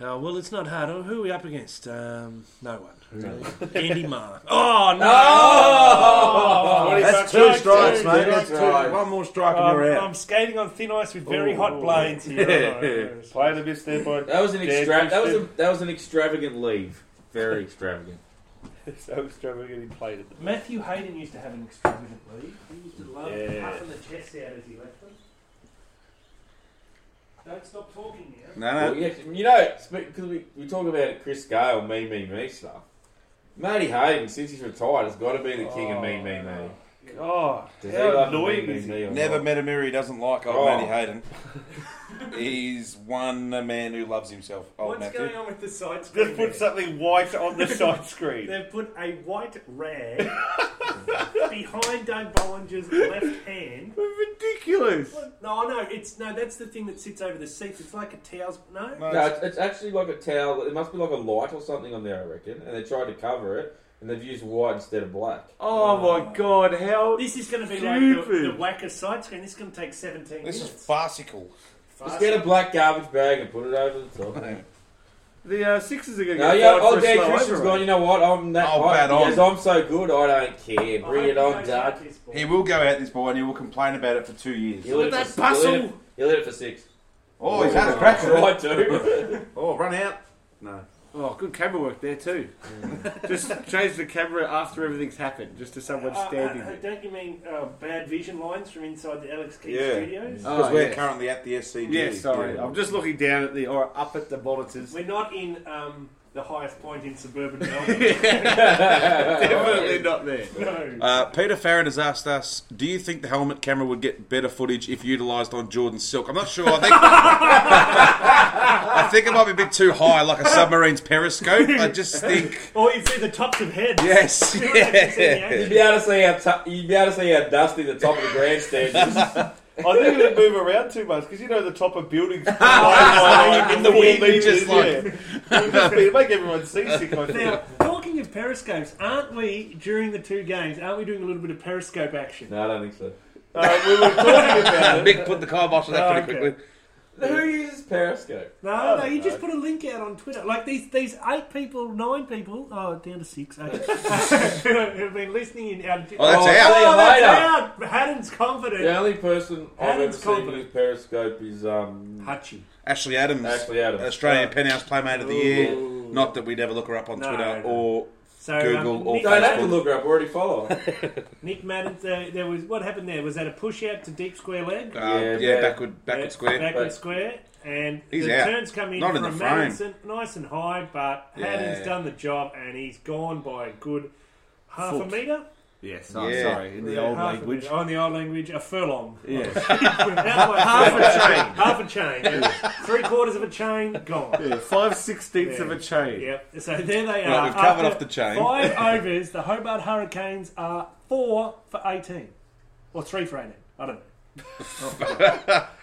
S1: Uh, well, it's not hard. Oh, Who are we up against? Um, no *laughs* one. Andy Marr. Oh, no!
S2: Oh,
S4: that's
S2: Strike
S4: two strikes,
S2: two,
S4: mate.
S2: yeah.
S4: That's two. One more strike and
S1: I'm,
S4: you're
S1: I'm
S4: out.
S1: skating on thin ice with very
S4: Ooh.
S1: hot blades here. Oh,
S4: Yeah.
S2: Player to miss there by *laughs*
S3: *laughs* That was an
S2: Dan
S3: extra- that was a,
S2: Christian.
S3: that was an extravagant leave. Very extravagant.
S2: so extravagant. He played at the
S1: Matthew Hayden used to have an extravagant lead. He used to love
S2: Yeah.
S1: puffing the chest out as he left them. Don't stop talking now.
S4: No,
S2: Uh,
S3: Well,
S4: no.
S3: yeah, you know, because we, we talk about Chris Gale, me, me, me stuff. Matty Hayden, since he's retired, has got to be the king of me, me, me.
S2: God,
S3: Does he
S2: Oh. how
S3: love
S2: annoying
S3: me, me,
S2: is he?
S3: me or
S5: Never
S3: not?
S5: met a mirror he doesn't like, old
S3: Oh. *laughs*
S5: Matty Hayden. He's one man who loves himself, old
S1: What's
S5: Matthew.
S1: going on with the side
S2: Just
S1: screen?
S2: put
S1: there?
S2: something white on the
S1: *laughs*
S2: side screen.
S1: They've put a white rag *laughs* behind Doug Bollinger's left hand.
S2: Ridiculous.
S1: No, no, it's no. That's the thing that sits over the seats. It's like a towel. No,
S5: No,
S3: No, it's, it's actually like a towel. It must be like a light or something on there, I reckon. And they tried to cover it, and they've used white instead of black.
S2: Oh my God, how
S1: this is going to be like the, the
S2: Stupid.
S1: whacker side screen. This is going to take seventeen
S5: This is
S1: minutes.
S5: farcical.
S3: Just get a black garbage bag and put it over the
S5: *laughs*
S3: top.
S2: the uh, sixes are going to
S3: No,
S2: get
S3: yeah,
S2: fired for
S3: old
S2: a
S3: Dan
S2: slow
S3: Christian's
S2: over
S3: gone. You know what? I'm that.
S5: I'll
S3: I-
S5: bat on.
S3: Yes, I'm so good. I don't care. Bring it on, Doug.
S5: He will go out this boy and he will complain about it for two years.
S3: He'll hit it
S1: Look at
S3: for-
S1: that bustle.
S3: He'll hit, it, he'll hit it for six.
S5: Oh, he's had a crack
S3: *laughs*
S5: at it.
S3: Try to.
S4: Oh, run out. No.
S6: Oh, good camera work there too. just change the camera after everything's happened, just to someone
S1: Uh,
S6: standing
S1: uh,
S6: there.
S1: don't you mean uh, bad vision lines from inside the Alex Keith
S4: Yeah.
S1: studios?
S6: Oh,
S5: Ah,
S4: Because we're
S6: yes.
S4: currently at the SCG.
S6: Yeah, sorry. I'm just looking down at the or up at the monitors.
S1: We're not in um, the highest point in
S3: *laughs*
S1: suburban Melbourne.
S6: *laughs*
S2: Oh,
S6: Definitely not there.
S1: no.
S5: Uh, Peter Farron has asked us, do you think the helmet camera would get better footage if utilised on Jordan Silk? I'm not sure. I think I think it might be a bit too high, like a submarine's periscope. I just think,
S1: Or you see the tops of heads. *laughs*
S5: yes,
S1: You don't actually see the
S5: yeah.
S1: action.
S3: You'd be able to see how t- you'd be able to see how dusty the top of the grandstand
S5: *laughs*
S3: is.
S2: it. I think it'll move around too much because you know the top
S6: *laughs*
S2: of buildings fly by
S5: In the wind,
S2: four meters,
S5: just like-
S2: yeah. It'll just be- it'll make everyone seasick. I think.
S1: Now, talking of periscopes, aren't we, during the two games, aren't we doing a little bit of periscope action?
S3: no, I don't think so.
S2: Uh, we were talking about it.
S5: Mick put the kibosh on that pretty
S1: Oh, Okay.
S5: quickly.
S3: Who uses Periscope?
S1: No, no, you just put a link out on Twitter. Like these, these eight people, nine people, oh, down to six, okay, *laughs* who have been listening in. Our,
S5: Oh, that's
S3: Oh,
S5: out.
S3: see you
S1: Oh, that's out.
S3: later.
S1: Haddon's confident.
S3: The only person I've ever
S1: Adam's
S3: seen
S1: confident.
S3: use Periscope is um,
S1: Hutchie.
S5: Ashley Adams,
S3: Ashley Adams.
S5: Australian Penthouse Playmate of the Year.
S3: Ooh.
S5: Not that we'd ever look her up on
S1: No,
S5: Twitter
S1: no.
S5: or
S1: So, um,
S5: Google or
S1: Nick,
S3: Don't have to
S1: Madden-
S3: look her up. I already follow.
S5: *laughs*
S3: her.
S1: Nick Madden, uh, there was what happened there was that a push out to deep square leg,
S5: uh,
S3: Yeah,
S5: yeah,
S3: yeah.
S5: backward backward
S1: Yeah,
S5: square.
S1: backward
S3: Back-
S1: Uh, square, and
S5: He's
S1: the
S5: out.
S1: turns come in
S5: Not in
S1: from
S5: the frame.
S1: Madison, nice and high, but
S5: Yeah.
S1: Haddon's done the job and he's gone by a good half a
S6: Foot.
S1: meter.
S6: Yes,
S5: oh, Yeah. sorry,
S6: In the
S1: Yeah,
S6: old
S1: half a
S6: language.
S1: meter. Oh, in the old language, a furlong.
S6: *laughs* Yeah.
S1: half a chain. Half a
S5: *laughs*
S1: chain. Three quarters of a chain gone.
S6: yeah. Five sixteenths of a chain.
S1: Yep. So there they are.
S5: Right, we've covered
S1: After
S5: off the chain. *laughs*
S1: Five overs. The Hobart Hurricanes are four for eighteen, or three for eighteen. I don't know.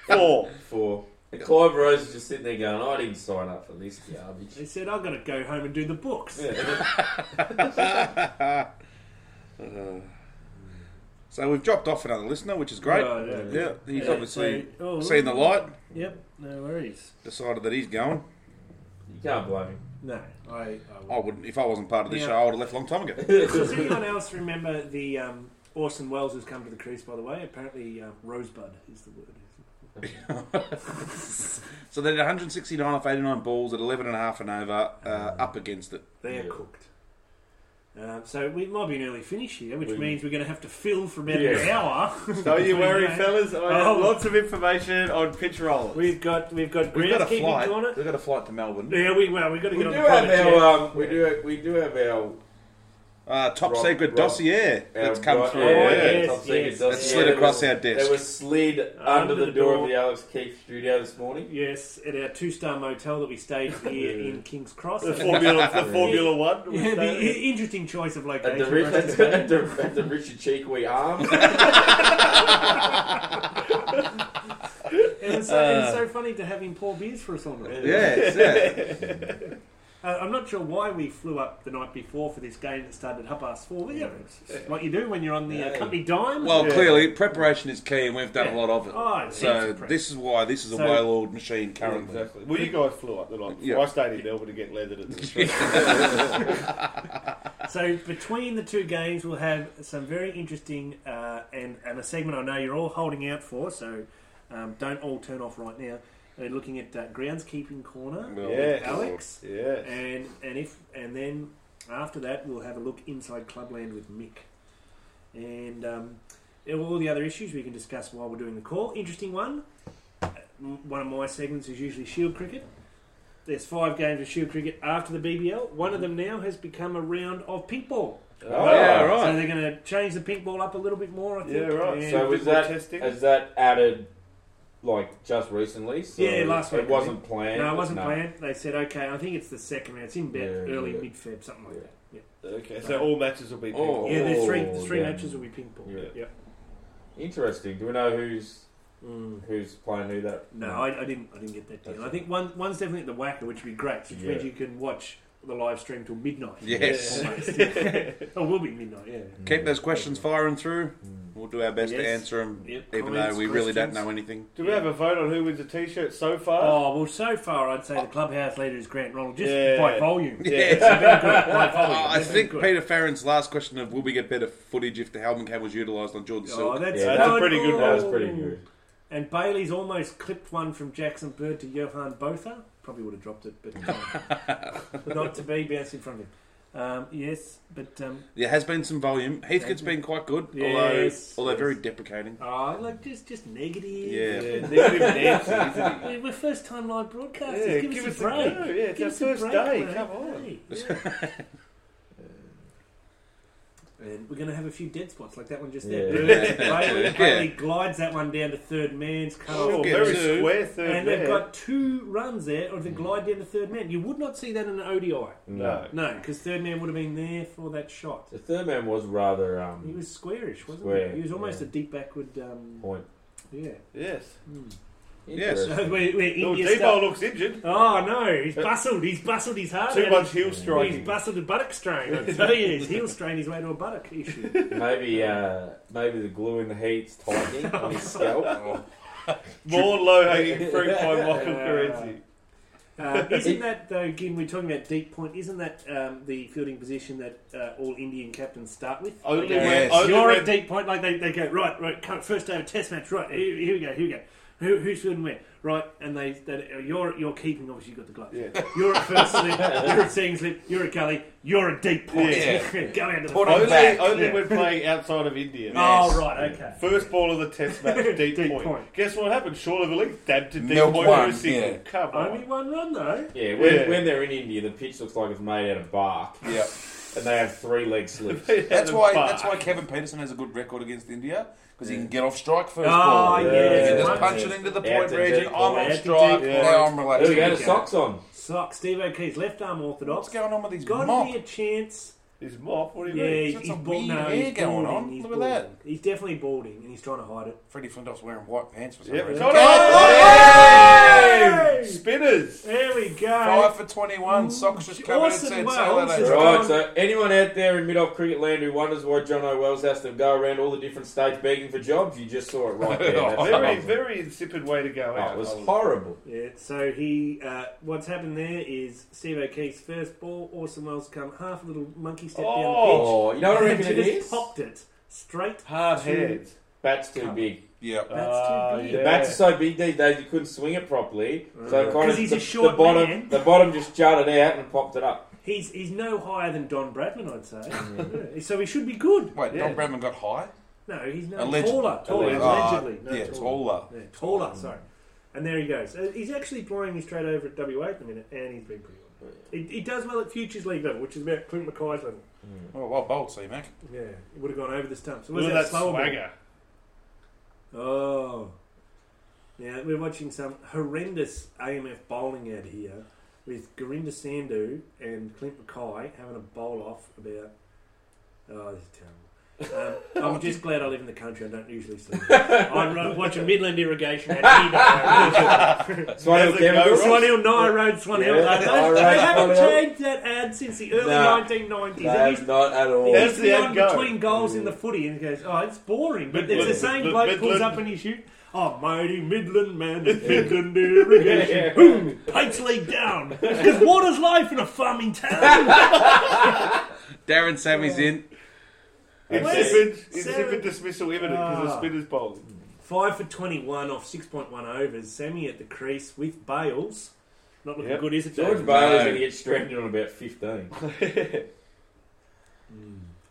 S5: *laughs*
S2: Four.
S3: Four. And Clive Rose is just sitting there going, I didn't sign up for this
S5: *laughs*
S3: garbage.
S1: He said, I've got to go home and do the books.
S5: So we've dropped off another listener, which is great.
S1: Right, yeah.
S5: yeah, he's
S1: Yeah,
S5: obviously
S1: so- oh,
S5: seen the light,
S1: Yep, no worries.
S5: decided that he's going.
S3: You can't blame him.
S1: No, I. I
S5: I wouldn't, if I wasn't part of the
S1: Yeah.
S5: show, I would have left a long time ago.
S1: *laughs* Does anyone else remember the um, Orson Welles has come to the crease? By the way, apparently uh, rosebud is the word.
S5: So they did 169 off 89 balls at 11 and a half and over, uh, up against it.
S1: They are
S3: Yeah.
S1: cooked. Um, so we might be an early finish here, which
S3: We-
S1: means we're going to have to fill for about an
S3: Yeah.
S1: hour.
S2: Don't you worry,
S1: Yeah.
S2: fellas. I
S1: Oh.
S2: have lots of information on
S1: *laughs*
S2: pitch rollers.
S1: We've got we've got
S5: We've got a
S1: groundskeeping
S5: flight.
S1: on it.
S5: We've got a flight to Melbourne.
S1: Yeah, we well we've got to
S3: We
S1: get
S3: do
S1: on the private
S3: have
S1: jet.
S3: our, um, we do, we do have our,
S5: Uh, top
S3: Rob-
S5: secret
S3: Rob-
S5: dossier that's
S3: our
S5: come
S3: bright-
S5: through.
S1: yeah,
S5: Yeah.
S1: yeah.
S3: top
S1: Yes,
S3: secret
S1: yes.
S5: That
S3: dossier
S5: slid
S3: that
S5: across
S3: was-
S5: our desk.
S3: That was slid under, the, door of the Alex Keith studio this morning.
S1: Yes, at our two-star motel that we stayed here in King's Cross.
S2: The Formula, the Formula One.
S1: *laughs* Yeah, the E i- interesting choice of
S3: At
S1: location.
S3: the, Rich- at, the, at, the, at the Richard Cheekwee Arms.
S1: it, was so, it was so funny to have him pour beers for us on it.
S5: Yes, yeah.
S1: Uh, I'm not sure why we flew up the night before for this game that started at half past four. But yeah, it's just what you do when you're on the uh,
S3: Yeah.
S1: company dime.
S5: Well, clearly, preparation is key, and we've done a lot of it.
S1: Oh, it's
S5: so
S1: impressive.
S5: this is why this is a
S1: So-
S5: well-oiled machine currently.
S2: *laughs* Exactly. *laughs* Well, you guys flew up the night. before.
S5: Yeah.
S2: I stayed in Melbourne to get leathered at
S3: *laughs*
S2: the street.
S1: So between the two games, we'll have some very interesting uh, and and a segment I know you're all holding out for. So um, don't all turn off right now. We're looking at uh, groundskeeping corner,
S5: Well,
S2: Yeah.
S1: Alex,
S2: yeah.
S1: and and if and then after that we'll have a look inside Clubland with Mick, and um, and all the other issues we can discuss while we're doing the call. Interesting one. Uh, m- One of my segments is usually Shield cricket. There's five games of Shield cricket after the BBL. One of them now has become a round of pink ball.
S3: Oh,
S5: yeah, right.
S1: So they're going to change the pink ball up a little bit more, I think.
S2: Yeah, right.
S1: And-
S3: So
S2: a bit
S3: was
S2: more
S3: that
S2: testing?
S3: is that added like just recently? So
S1: Yeah, last week,
S3: It wasn't planned.
S1: no, it wasn't planned. They said, okay, I think it's the second round. It's in about
S3: Yeah,
S1: early
S3: yeah.
S1: mid Feb, something like
S3: Yeah.
S1: that. Yeah,
S2: Okay, so all matches will be pink.
S3: Oh.
S1: yeah the three, the
S3: Oh,
S1: three
S3: yeah.
S1: matches will be pink ball.
S3: Yeah.
S1: Yep.
S3: Interesting. Do we know who's
S1: Mm.
S3: who's playing who that? Mm.
S1: No, I, I didn't. I didn't get that deal. I think one, one's definitely at the Wacker, which would be great, which
S3: Yeah.
S1: means you can watch the live stream till midnight.
S5: Yes.
S1: Almost. *laughs* Yeah. oh, will be midnight. Yeah.
S5: Keep those questions firing through. We'll do our best to
S1: Mm. Yes.
S5: answer them,
S1: Yep.
S5: even
S1: Comments,
S5: though we really don't
S1: questions.
S5: know anything.
S2: Do we have a vote on who wins a T-shirt so far?
S1: Oh well, so far I'd say the clubhouse leader is Grant Ronald, just
S2: Yeah.
S1: by volume. *laughs*
S5: *laughs* Yes.
S1: It's been good, by volume.
S5: Uh, I
S1: It's been
S5: think
S1: good.
S5: Peter Farron's last question of will we get better footage if the Helman cam was utilised on Jordan
S1: Oh,
S5: Silk?
S1: that's,
S3: Yeah, that's a
S2: pretty good
S3: That
S2: one.
S3: was pretty good.
S1: And Bailey's almost clipped one from Jackson Bird to Johan Botha. Probably would have dropped it, but um, *laughs* not to be bounced in front of him. Um, yes, but um,
S5: There has been some volume. Heathcote's been quite good,
S1: Yes.
S5: although although very deprecating.
S1: oh, like just just negative.
S5: Yeah.
S2: Yeah, negative *laughs* Nancy, isn't it?
S1: We're, we're first time live broadcasters.
S2: Yeah,
S1: give,
S2: give
S1: us
S2: us
S1: a
S2: a
S1: break.
S2: go. Yeah, it's
S1: give
S2: our
S1: us a
S2: first
S1: break,
S2: day.
S1: mate.
S2: Come on. *laughs*
S1: Hey, yeah. And we're going to have a few dead spots like that one just there.
S3: Yeah.
S1: Bailey,
S5: Yeah.
S1: Bailey glides that one down to third man's cut off.
S2: Oh,
S5: Okay,
S2: very
S5: two.
S2: square third
S1: And they've
S2: man.
S1: got two runs there of the glide down to third man. You would not see that in an ODI.
S2: no.
S1: No, because third man would have been there for that shot.
S3: Mm. The third man was rather
S1: He
S3: um
S1: was squarish, wasn't
S3: Square,
S1: he? He was almost
S3: yeah.
S1: a deep backward. Um,
S3: point.
S1: yeah. Hmm.
S2: Yes.
S5: Yes.
S1: *laughs* So
S3: Interesting.
S1: we we're
S2: Oh,
S1: India
S2: Debo
S1: stuff.
S2: looks injured.
S1: Oh no, he's bustled. He's bustled his heart.
S2: Too
S1: out.
S2: much heel
S1: He's
S2: striking.
S1: bustled a buttock strain. I tell you, his heel strain his way to a buttock
S2: *laughs*
S1: issue.
S3: maybe uh maybe the glue in the
S1: *laughs*
S3: heat's tightening on his
S1: Oh.
S3: scalp.
S2: Oh. More low hanging fruit by Michael
S1: Yeah.
S2: Carenzi.
S1: Uh, isn't that though? Again, we're talking about deep point. Isn't that um, the fielding position that uh, all Indian captains start with?
S2: Only
S1: They go,
S5: Yes.
S2: when, only
S1: You're
S2: when
S1: at deep point. Like they, they go right, right. Come, first over test match. Right here, here we go. Here we go. Who, who's good and where? Right, and they that you're you're keeping. Obviously, you have got the glove.
S2: Yeah.
S1: You're at first
S2: *laughs*
S1: slip. You're at second slip. You're at gully. You're at deep point.
S5: Yeah.
S1: *laughs* go out to the
S5: Put
S1: front.
S5: on
S2: Only,
S5: back.
S2: only
S1: Yeah.
S2: when playing outside of India.
S1: Oh right, okay.
S2: First ball of the
S1: *laughs*
S2: test match, deep,
S1: Deep
S2: point.
S1: point.
S2: Guess what happened? Shaun Link dabbed to deep
S5: Milk
S2: point for
S5: one,
S2: a single.
S5: yeah.
S2: Come
S1: *laughs*
S2: on.
S1: Only one run though.
S3: Yeah, when,
S2: Yeah.
S3: when they're in India, the pitch looks like it's made out of bark,
S5: Yeah.
S3: and they have three leg slips.
S5: That's
S2: Adam
S5: why.
S2: Barr.
S5: That's why Kevin Peterson has a good record against India because he can get off strike first
S1: Oh,
S5: ball.
S1: yeah.
S5: He can
S1: Yeah.
S5: just punch it into the
S3: Yeah,
S5: point
S3: it's a
S5: region.
S3: deep
S5: I'm
S3: ball.
S5: on
S1: Yeah, it's a
S5: strike.
S1: deep
S5: Now I'm relaxed.
S3: There we go, the
S5: Yeah.
S3: socks on.
S1: Socks. Steve O'Keefe's left arm orthodox.
S5: What's going on with these
S1: Got to
S5: mop?
S1: be a chance
S2: His mop? What do you
S7: Yeah,
S2: mean?
S7: he's, got he's some bald. weird No, hair he's going balding. on. He's Look at balding. that.
S1: He's definitely balding and he's trying to hide it.
S7: Freddie Flintoff's wearing white pants for some
S2: Yep, it's
S7: reason.
S2: on
S1: Yay!
S2: it! Spinners!
S1: There we go.
S7: Five for 21. Socks just covered
S1: Orson
S7: it said,
S1: Welles
S7: "Say hello."
S1: is-
S3: Right, so anyone out there in mid-off cricket land who wonders why John O'Wells has to go around all the different states begging for jobs, you just saw it right *laughs* there. That's
S5: Oh.
S2: Very,
S3: lovely.
S2: very insipid way to go
S3: Oh,
S2: out.
S3: it was
S2: I was-
S3: horrible.
S1: Yeah, so he, uh, what's happened there is Steve O'Keefe's first ball, Orson Welles come half a little monkey step
S2: Oh,
S3: Oh, you
S1: down the
S3: know what I
S1: pitch,
S3: reckon
S1: and
S3: it
S1: he just
S3: is?
S1: popped it straight.
S2: Hard
S1: to-
S2: heads.
S3: Bat's too big.
S7: Yeah.
S1: That's too
S2: Ah,
S1: big.
S3: The
S2: yeah.
S3: bats are so big these days you couldn't swing it properly. So it kind
S1: 'Cause
S3: of
S1: he's
S3: the,
S1: a short
S3: the bottom,
S1: man.
S3: the bottom just jutted out and popped it up.
S1: He's he's no higher than Don Bradman, I'd say. *laughs* Yeah, So he should be good.
S7: Wait,
S2: Yeah.
S7: Don Bradman got high?
S1: No, he's no
S7: Alleged- Ah,
S1: taller. Taller,
S2: Alleged- Ah,
S1: allegedly. No,
S7: yeah,
S1: taller.
S7: taller.
S1: Yeah, taller,
S2: Mm.
S1: sorry. And there he goes. Uh, He's actually flying me straight over at WA at the minute, and he's been pretty good. He, he does well at Futures League level, which is about Clint Mackay's level.
S7: Oh, Well, well bowled, see, Mac.
S1: Yeah, it would have gone over the stump. So
S2: Look
S1: was
S2: at
S1: that
S2: that
S1: slower ball?
S2: swagger.
S1: Oh. Now, we're watching some horrendous AMF bowling out here with Gorinda Sandhu and Clint Mackay having a bowl off about. Oh, this is terrible. Um,
S3: *laughs*
S1: I'm just glad I live in the country. I don't usually see it. I'm uh, watching Midland Irrigation
S3: *laughs*
S1: at
S3: Swanhill
S2: Never go
S3: Chemicals.
S2: wrong.
S1: Swan Hill, Nara Road, Swan Hill.
S3: Yeah,
S1: They-
S3: Nara
S1: they
S3: Road,
S1: haven't
S3: Swan Hill.
S1: changed that ad since the early
S3: No.
S1: 1990s.
S3: No,
S1: It used
S3: it's not at all.
S2: That's
S1: He's
S2: the
S1: gone
S2: end goal.
S1: between goals in the footy and goes, oh, it's boring. But it's
S2: Midland.
S1: the same
S2: Mid-
S1: bloke pulls
S2: Midland.
S1: up and he shoots. Oh, mighty Midland man,
S2: *laughs*
S1: it's Midland irrigation. Boom! Pates League down. Because water's life in a farming town.
S2: *laughs*
S5: Darren Sammy's in.
S1: Seven.
S2: Insipid, insipid dismissal imminent because
S1: Ah.
S2: the spinners bowling.
S1: 5 for 21 off 6.1 overs. Sammy at the crease with Bales. Not looking
S2: Yep.
S1: good, is it,
S3: George
S1: George?
S3: Bailey's
S5: No.
S3: going to get stranded on about *laughs* 15.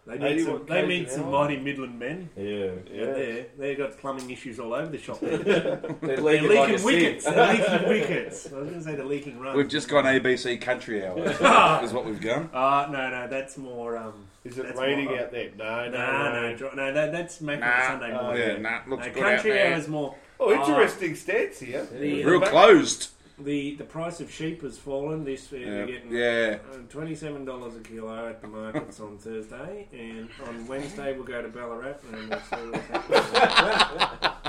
S1: They need, some,
S2: 81
S1: they
S2: k's
S1: need
S2: an
S1: some
S2: hour.
S1: mighty Midland men.
S3: Yeah.
S2: Yeah.
S1: There, they've got plumbing issues all over the
S2: *laughs*
S1: shop.
S3: They're
S1: They're
S3: leaking, like
S1: leaking
S3: a
S1: wickets.
S3: sieve.
S1: They're leaking wickets. I was going to say they're leaking runs.
S5: We've just gone ABC
S1: *laughs*
S5: Country Hour, is what we've done.
S1: Uh, no, no, that's more. Um,
S2: Is it
S1: That's
S2: raining
S1: more-
S2: out there? No,
S1: no,
S2: no,
S1: no, dr- no, that, that's making it Sunday
S2: oh,
S1: morning.
S5: Yeah, nah,
S1: No,
S5: looks good out
S1: country
S5: there.
S1: hours more.
S2: Oh, interesting
S1: Ah.
S2: stance here.
S1: The,
S5: Real
S1: the-
S5: closed.
S1: The the price of sheep has fallen. This uh,
S5: Yeah.
S1: you're getting
S5: yeah.
S1: uh, twenty-seven dollars a kilo at the markets on Thursday, and on Wednesday we'll go to Ballarat and we'll see what's happening.
S5: *laughs*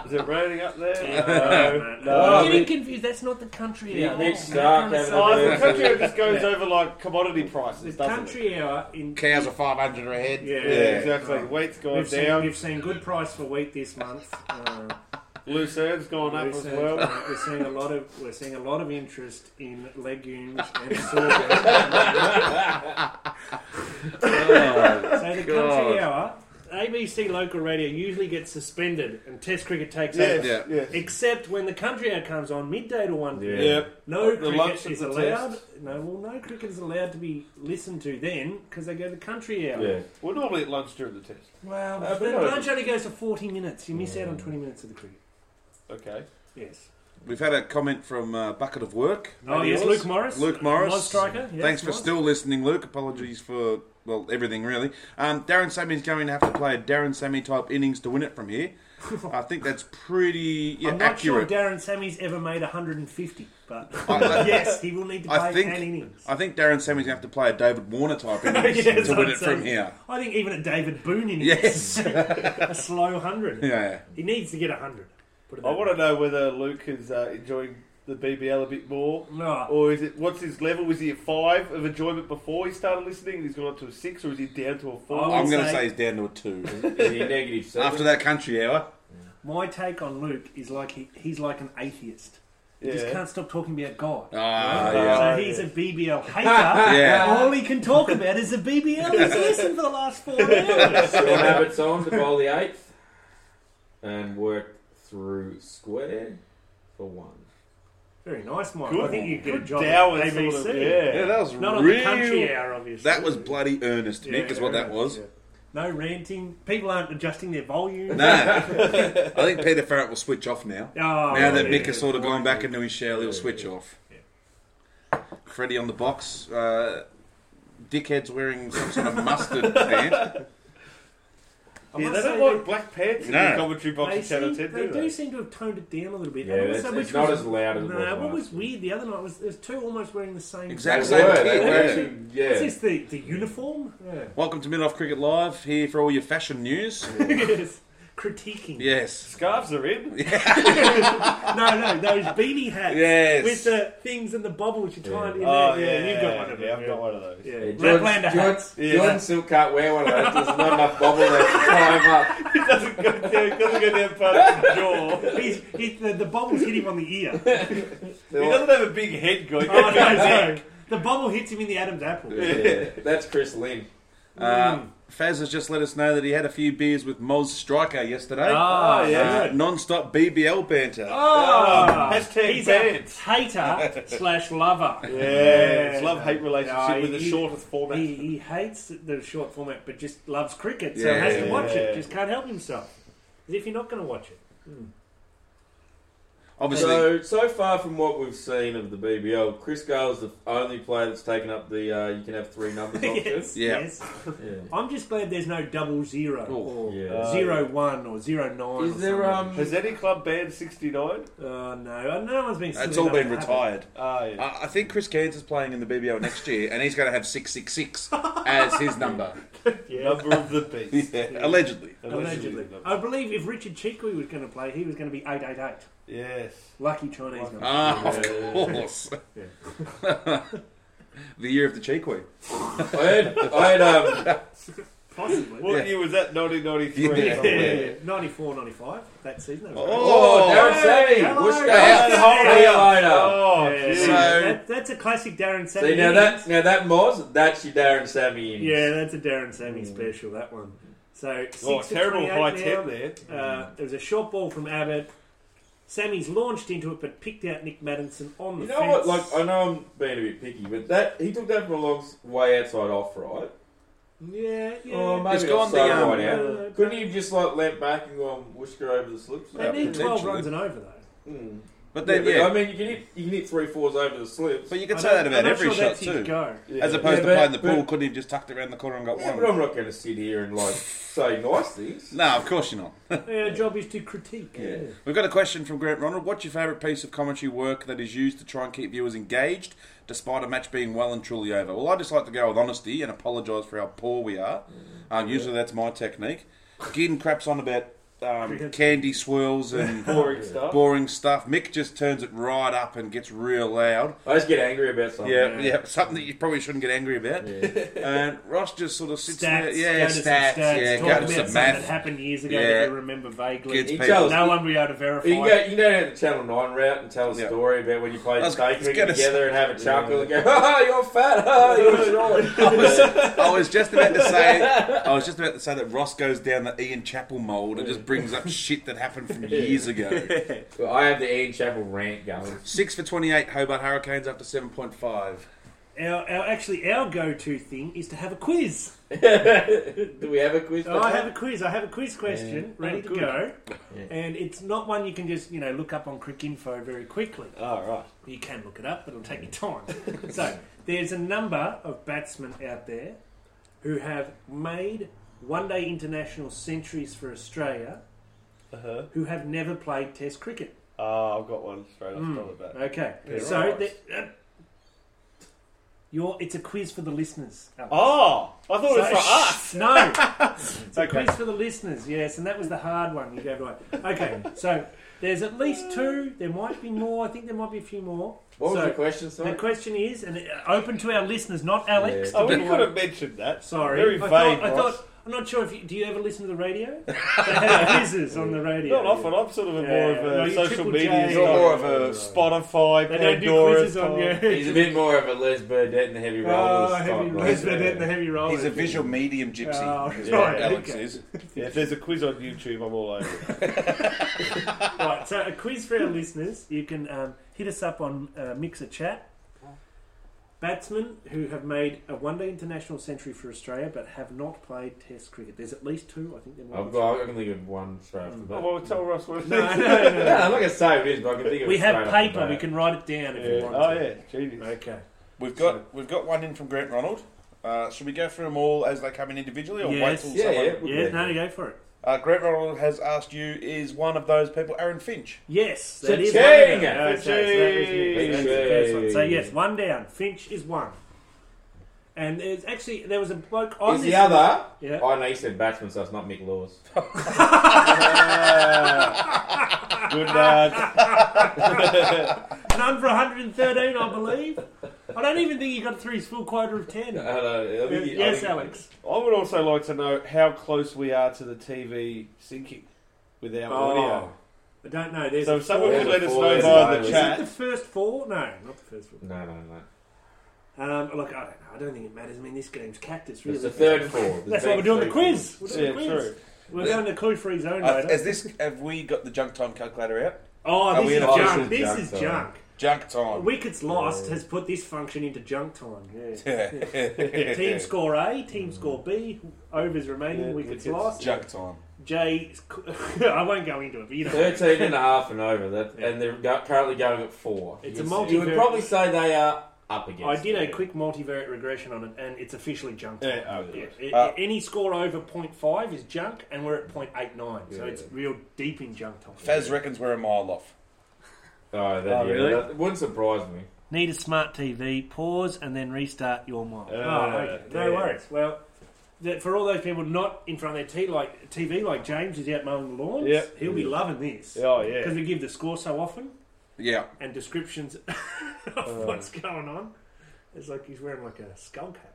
S2: Is it raining up
S1: no,
S2: there?
S1: no,
S3: no.
S5: Oh,
S1: I'm getting confused. That's not the country
S3: Yeah,
S1: hour.
S3: Nick
S1: How
S3: Stark
S1: can I
S3: having
S1: say-
S3: a
S2: Oh,
S3: bit
S2: the country hour just goes
S1: Yeah.
S2: over like commodity
S1: the
S2: prices, doesn't it?
S1: country hour in
S7: Cows are 500 a head.
S5: *laughs*
S1: yeah,
S2: Yeah, exactly.
S1: Oh.
S2: Wheat's gone
S1: We've seen,
S2: down.
S1: we've seen good price for wheat this month. Uh,
S2: Lucerne's gone up
S1: We're
S2: as
S1: seeing-
S2: well.
S1: We're seeing a lot of we're seeing a lot of interest in legumes and sorghum.
S5: Oh.
S1: *laughs* so the country hour, ABC local radio usually gets suspended and Test cricket takes
S2: Yes,
S1: over.
S5: *laughs* Yeah.
S2: yes.
S1: Except when the country hour comes on midday to one
S3: Yeah.
S1: p.m.
S2: Yep.
S1: No
S7: The lunch
S1: cricket
S7: at
S1: is
S7: the
S1: allowed. No, well, no cricket is allowed to be listened to then because they go to the country hour.
S3: Yeah.
S2: We're normally at lunch during the test.
S1: Well,
S3: Uh, but
S1: the
S3: no.
S1: lunch only goes for forty minutes. You miss out on twenty minutes of the cricket.
S2: Okay.
S1: Yes.
S5: We've had a comment from uh, Bucket of Work.
S1: Oh yes,
S2: yours?
S1: Luke Morris.
S5: Luke Morris.
S1: Mod striker. Yes,
S5: Thanks for
S1: Morris.
S5: still listening, Luke. Apologies for, well, everything really. Um, Darren Sammy's going to have to play a Darren Sammy type innings to win it
S1: *laughs*
S5: from here. I think that's pretty yeah,
S1: I'm not
S5: accurate.
S1: sure Darren Sammy's ever made 150, but
S5: I- I-
S1: yes, he will need to play
S5: I think-
S1: an innings.
S5: I think Darren Sammy's going to have to play a David
S1: *laughs*
S5: Warner type innings
S1: Yes,
S5: to win
S1: I'd
S5: it
S1: say- *laughs*
S5: from here.
S1: I think even a David Boone innings. *laughs*
S5: Yes.
S1: a slow 100.
S5: Yeah.
S1: He needs to get 100. Put it
S2: I
S1: that
S2: want
S1: way.
S2: to know whether Luke is uh, enjoying the BBL a bit more.
S1: No.
S2: Or is it what's his level? Was he at five of enjoyment before he started listening and he's gone up to a six or is he down to a
S1: I
S2: four?
S1: would
S5: I'm going to
S1: say-
S5: say he's down to
S1: *laughs*
S5: a two.
S3: Is he negative seven?
S5: After that country hour.
S1: My take on Luke is like he, he's like an atheist. He just
S2: Yeah.
S1: can't stop talking about God.
S5: Ah, yeah.
S1: so he's a BBL hater.
S5: Yeah.
S1: All he can talk about is the BBL he's listened for the last four hours.
S3: *laughs* Sean Abbott's on to bowl the eighth and work through square for one.
S1: Very nice, Mike. I
S2: Good-
S1: think you can get a
S2: good
S1: job
S2: dour
S1: at ABC.
S2: sort of- yeah.
S5: Yeah, that was
S1: Not on
S5: real.
S1: the country hour, obviously.
S5: That was bloody earnest,
S1: Yeah,
S5: Mick, is what that was.
S1: yeah. No ranting. People aren't adjusting their volume. *laughs*
S5: Nah. I think Peter Farrett will switch off now.
S1: Oh,
S5: Now that
S1: yeah.
S5: Mick has sort of gone back into his shell, he'll switch off. Freddie on the box.
S1: *laughs*
S5: Uh, dickhead's wearing some sort of mustard pant.
S2: I yeah,
S1: must
S2: they
S1: say
S2: don't like black pants in
S5: No.
S2: the commentary box
S1: They,
S2: at Channel
S1: seem,
S2: 10,
S1: they
S2: do
S1: do
S2: they?
S1: seem to have toned it down a little bit.
S3: Yeah,
S1: And
S3: it's-
S1: also,
S3: it's
S1: which
S3: not
S1: was-
S3: as loud as
S1: No,
S3: it was
S1: what
S3: last
S1: was
S3: year.
S1: weird the other night was there's two almost wearing the same.
S5: Exact
S3: They
S5: same
S3: were,
S5: kid,
S3: they were
S5: yeah.
S3: actually, yeah.
S1: Is this the, the
S3: *laughs*
S1: uniform? Yeah.
S5: Welcome to Middle Off Cricket Live, here for all your fashion news.
S1: yes. Critiquing.
S5: yes.
S2: Scarves are in.
S1: *laughs* No, no, those beanie hats.
S5: Yes.
S1: With the things and the bobbles you tie it in
S2: Oh,
S1: there.
S2: yeah,
S1: you've got one of them.
S2: Yeah, *laughs* I've got one of those.
S1: Yeah.
S3: Yeah,
S1: Laplander
S3: Jordan, Jordan,
S1: hats.
S3: Jordan Silk can't wear one of those. There's not enough bubble there to tie
S1: *laughs*
S3: him up.
S2: It doesn't go down, it doesn't go down past the jaw.
S1: He's, he, the, the bobbles hit him on the ear.
S3: They're
S2: He
S3: like-
S2: doesn't have a big head going. *laughs*
S1: Oh, no, sorry. The bubble hits him in the Adam's apple.
S3: Yeah, that's Chris Lynn.
S5: Uh, Faz has just let us know that he had a few beers with Moz Striker yesterday.
S1: Ah,
S2: Oh, yeah.
S5: Uh, non-stop BBL banter.
S1: Ah.
S2: Hashtag
S1: He's
S2: banned.
S1: a hater slash lover.
S2: Yeah, it's love hate relationship
S1: Yeah,
S2: with the
S1: he-
S2: shortest format.
S1: He, he hates the short format, but just loves cricket, so
S5: Yeah.
S1: has to watch
S2: Yeah.
S1: it. Just can't help himself. As if you're not going to watch it.
S5: Obviously,
S3: So, so far from what we've seen of the BBL, Chris Gale's the only player that's taken up the uh, you can have three
S1: *laughs*
S3: numbers option.
S1: yes,
S5: Yeah.
S1: yes.
S3: Yeah.
S1: I'm just glad there's no double zero
S5: oh,
S1: or
S3: Yeah.
S2: Uh,
S1: zero one or zero nine.
S3: Is
S1: or
S3: there
S1: something.
S3: um?
S2: Has any club banned 69?
S1: Uh, no, no one's been.
S5: it's
S1: silly
S5: all
S1: enough
S5: been
S1: to have
S5: retired.
S2: Ah, yeah.
S5: I I think Chris Cairns is playing in the BBL next year, and he's going to have six six six as his
S1: *laughs*
S5: number,
S1: it. Yeah.
S2: Number of the
S3: *laughs*
S2: beast.
S5: allegedly.
S1: Allegedly, I believe if Richard Chikwi was going to play, he was going to be eight eight eight.
S2: Yes.
S1: Lucky Chinese number.
S5: Ah, of course. *laughs* the year of the Cheekwee.
S3: I had, I had
S5: *laughs*
S3: um,
S1: Possibly.
S2: *laughs* What year was that? 1993.
S5: Yeah.
S1: yeah,
S2: somewhere.
S1: yeah, yeah. 94, 95, that season. That was great.
S3: oh, Darren Sammy,
S1: hello.
S3: Bush
S5: Yeah.
S3: Gale, see you later.
S2: Oh,
S1: Yeah,
S2: geez.
S5: So-
S1: that, that's a classic Darren Sammy.
S3: See now
S1: innings.
S3: that now that Moz, that's your Darren Sammy. innings.
S1: Yeah, that's a Darren Sammy
S5: Mm.
S1: special, that one. So, six
S2: Oh,
S1: for
S2: terrible
S1: 28
S2: high
S1: now.
S2: ten there.
S1: Uh, there was a short ball from Abbott. Sammy's launched into it, but picked out Nick Madison on the
S3: You know
S1: fence.
S3: what? Like I know I'm being a bit picky, but that he took that from a long s- way outside off, right?
S1: yeah, yeah.
S3: Oh, maybe
S5: It's gone
S3: outside
S5: the, um,
S3: right out.
S1: uh,
S3: Couldn't he have just like leant back and gone whisker over the slips?
S1: they need 12
S5: potentially.
S1: runs and over, though.
S3: Mm.
S5: But
S3: Yeah,
S5: then,
S3: but
S5: yeah.
S3: I mean, you can hit you can hit three fours over the slips.
S5: But you could
S1: I
S5: say
S1: don't- I'm
S5: that about
S1: not
S5: every
S1: sure
S5: shot
S1: that's
S5: too.
S1: His
S5: *laughs*
S1: go.
S5: As opposed to
S3: but-
S5: playing the pool,
S3: but-
S5: couldn't he have just tucked it around the corner and got
S3: yeah,
S5: one?
S3: but I'm not going to sit here and like say nice
S5: *laughs*
S3: things.
S5: No, of course you're not.
S1: Our job is to critique.
S3: Yeah.
S5: We've got a question from Grant Ronald. What's your favourite piece of commentary work that is used to try and keep viewers engaged despite a match being well and truly over? Well, I just like to go with honesty and apologise for how poor we are. Um, usually that's my technique. Gin craps on about
S1: *laughs*
S5: um, candy swirls and
S2: Boring stuff.
S5: boring stuff. Mick just turns it right up and gets real loud.
S3: I just get angry about
S7: Oh,
S3: something.
S5: Yeah, yeah, something that you probably shouldn't get angry about. And Ross just sort of sits there.
S1: Stats,
S5: Yeah,
S1: go to some
S5: stats, yeah,
S1: talk
S5: go
S1: about
S5: to
S1: something
S5: some
S1: that
S5: math.
S1: happened years ago
S5: Yeah.
S1: that you remember vaguely.
S5: Gets
S3: He
S5: people.
S3: tells-
S1: no one will be able to verify.
S3: You can, go, you can go down the Channel 9 route and tell a
S5: Yeah.
S3: story about when you
S5: I
S3: played
S5: was- I
S3: state
S5: was
S3: cricket
S5: gonna
S3: together and have a chuckle and go, ha you're fat, ha, you're short.
S5: I was, I was just about to
S1: *laughs*
S5: say, I was just about to say that Ross goes down the Ian Chappell mold and just brings up shit that
S7: *laughs*
S5: happened from years ago.
S3: Well, I have the Ian Chapel rant going. *laughs*
S5: Six for twenty-eight, Hobart Hurricanes up to seven point five.
S1: Our, our actually our go-to thing is to have a quiz.
S3: Do we have a quiz?
S1: Oh, I have a quiz. I have a quiz question ready to go, and it's not one you can just you know look up on Quick Info very quickly.
S2: Oh, right.
S1: You can look it up, but it'll take you time. so there's a number of batsmen out there who have made one-day international centuries for Australia,
S2: Uh-huh.
S1: who have never played Test cricket.
S2: Ah, I've got one straight off the top of that.
S1: Okay,
S2: Yeah,
S1: so
S2: right.
S1: the- uh, your it's a quiz for the listeners. Alex.
S2: Oh, I thought it was
S1: *laughs*
S2: for us.
S1: No. *laughs* It's a quiz for the listeners, yes, and that was the hard one you gave away. Okay, so there's at least two. There might be more. I think there might be a few more.
S3: What was
S1: So,
S3: the question,
S1: The
S3: sorry?
S1: question is, and uh, open to our listeners, not Alex.
S3: Yeah.
S2: Oh, we could have mentioned that.
S1: Sorry,
S2: Very
S1: I
S2: vague,
S1: thought, I
S2: Ross.
S1: thought I'm not sure if you, do you ever listen to the radio? They have quizzes on the radio.
S2: Not often. I'm sort of a
S1: Yeah,
S2: more of a
S1: no, you
S2: social
S1: Triple
S2: media
S1: J.
S2: style.
S1: You're more
S2: of a Spotify,
S1: They don't do
S2: Pandora
S1: quizzes on
S2: style.
S1: you.
S3: He's a bit more of a Les Burdett and the Heavy
S1: *laughs*
S3: Rollers.
S1: Oh,
S3: type
S1: heavy
S3: bloke.
S1: rollers. They're the heavy
S7: Oh,
S1: rollers.
S5: He's a visual medium gypsy.
S1: Oh,
S5: is
S1: right,
S5: what Alex
S1: okay.
S5: is.
S2: Yeah, if there's a quiz on YouTube, I'm all over it.
S1: Right, so a quiz for our listeners. You can um, hit us up on uh, Mixer Chat. Batsmen who have made a one day international century for Australia but have not played Test cricket. There's at least two, I think there might be.
S3: I've got, I can think of one straight off the
S1: *laughs*
S2: Oh,
S3: bat.
S2: well, tell Ross *laughs* what it
S3: *laughs*
S1: No,
S2: is.
S1: no, no,
S3: No, I'm not going to say what it is, but I can think of
S1: We
S3: it
S1: have
S3: straight off the
S1: paper, we
S3: bat.
S1: can write it down if you
S2: Yeah.
S1: want
S2: Oh,
S1: to.
S2: yeah. Genius.
S1: Okay.
S5: We've got we've got one in from Grant Ronald.
S7: Uh, should we go through them all as they come in individually, or
S1: Yes.
S7: wait till
S3: Yeah,
S7: someone?
S3: yeah. we
S1: Yeah,
S3: can.
S1: no, go for it.
S7: Uh, Grant Ronald has asked you: Is one of those people Aaron Finch?
S1: Yes, that is
S3: Cha-ching!
S1: one down. Okay, so that was me. That's the first one. So yes, one down. Finch is one. And there's actually there was a bloke on
S3: Is
S1: this
S3: the other?
S1: Yeah.
S3: Oh, no, you said batsman, so it's not Mick *laughs* Laws.
S7: Good
S1: *laughs*
S7: lad.
S1: None for 113, I believe. I don't even think he got through his full quota of 10.
S3: I don't know. I think you- I
S1: yes,
S3: think-
S1: Alex.
S2: I would also like to know how close we are to the TV syncing with our audio.
S1: I don't know. There's
S2: Oh. So
S1: a Oh.
S2: if someone
S1: four.
S2: could let us know
S3: There's a
S2: via
S3: four.
S2: the
S1: Is it the
S2: chat.
S1: first four? No, not the first four.
S3: No, no, no.
S1: Um, look, I don't know. I don't think it matters. I mean, this game's cactus, really.
S3: It's the third and fourth.
S1: That's why we're doing the quiz. We're doing
S2: Yeah,
S1: the quiz.
S2: true.
S1: We're going to clue-free zone
S7: Uh,
S1: later.
S7: has this? Have we got the junk time calculator out?
S1: oh,
S7: we
S1: this is
S7: in a- oh,
S1: junk.
S3: this is
S1: this is
S3: junk,
S1: junk.
S7: Junk *laughs* time.
S1: Wickets Lost has put this function into junk time. Yeah.
S7: *laughs*
S1: Team score A, team score B, overs remaining,
S2: Yeah,
S1: wickets,
S2: wickets.
S1: lost.
S7: junk time.
S1: J, *laughs* I won't go into it, but you know.
S3: 13 and a half and over, that, and they're go- currently going at four.
S1: It's
S3: You
S1: a
S3: would-
S1: multi-
S3: You would probably say they are up against.
S1: I did a
S3: it.
S1: quick multivariate regression on it, and it's officially junk.
S2: Yeah, oh,
S1: Yeah,
S2: good.
S1: it-
S7: Uh,
S1: any score over 0.5 is junk, and we're at 0.89, so it's real deep in junk time.
S7: Faz reckons we're a mile off.
S3: Oh, that,
S2: Oh,
S3: yeah,
S2: really?
S3: that wouldn't surprise me.
S1: Need a smart TV, pause, and then restart your mind.
S2: Uh,
S1: oh, okay. No
S2: yeah.
S1: worries. Well, that for all those people not in front of their t- like, TV, like James is out mowing the lawns,
S2: Yep.
S1: he'll be loving this.
S2: Oh,
S1: Because
S2: yeah.
S1: we give the score so often
S5: Yeah.
S1: and descriptions *laughs* of what's going on. It's like he's wearing like a skull cap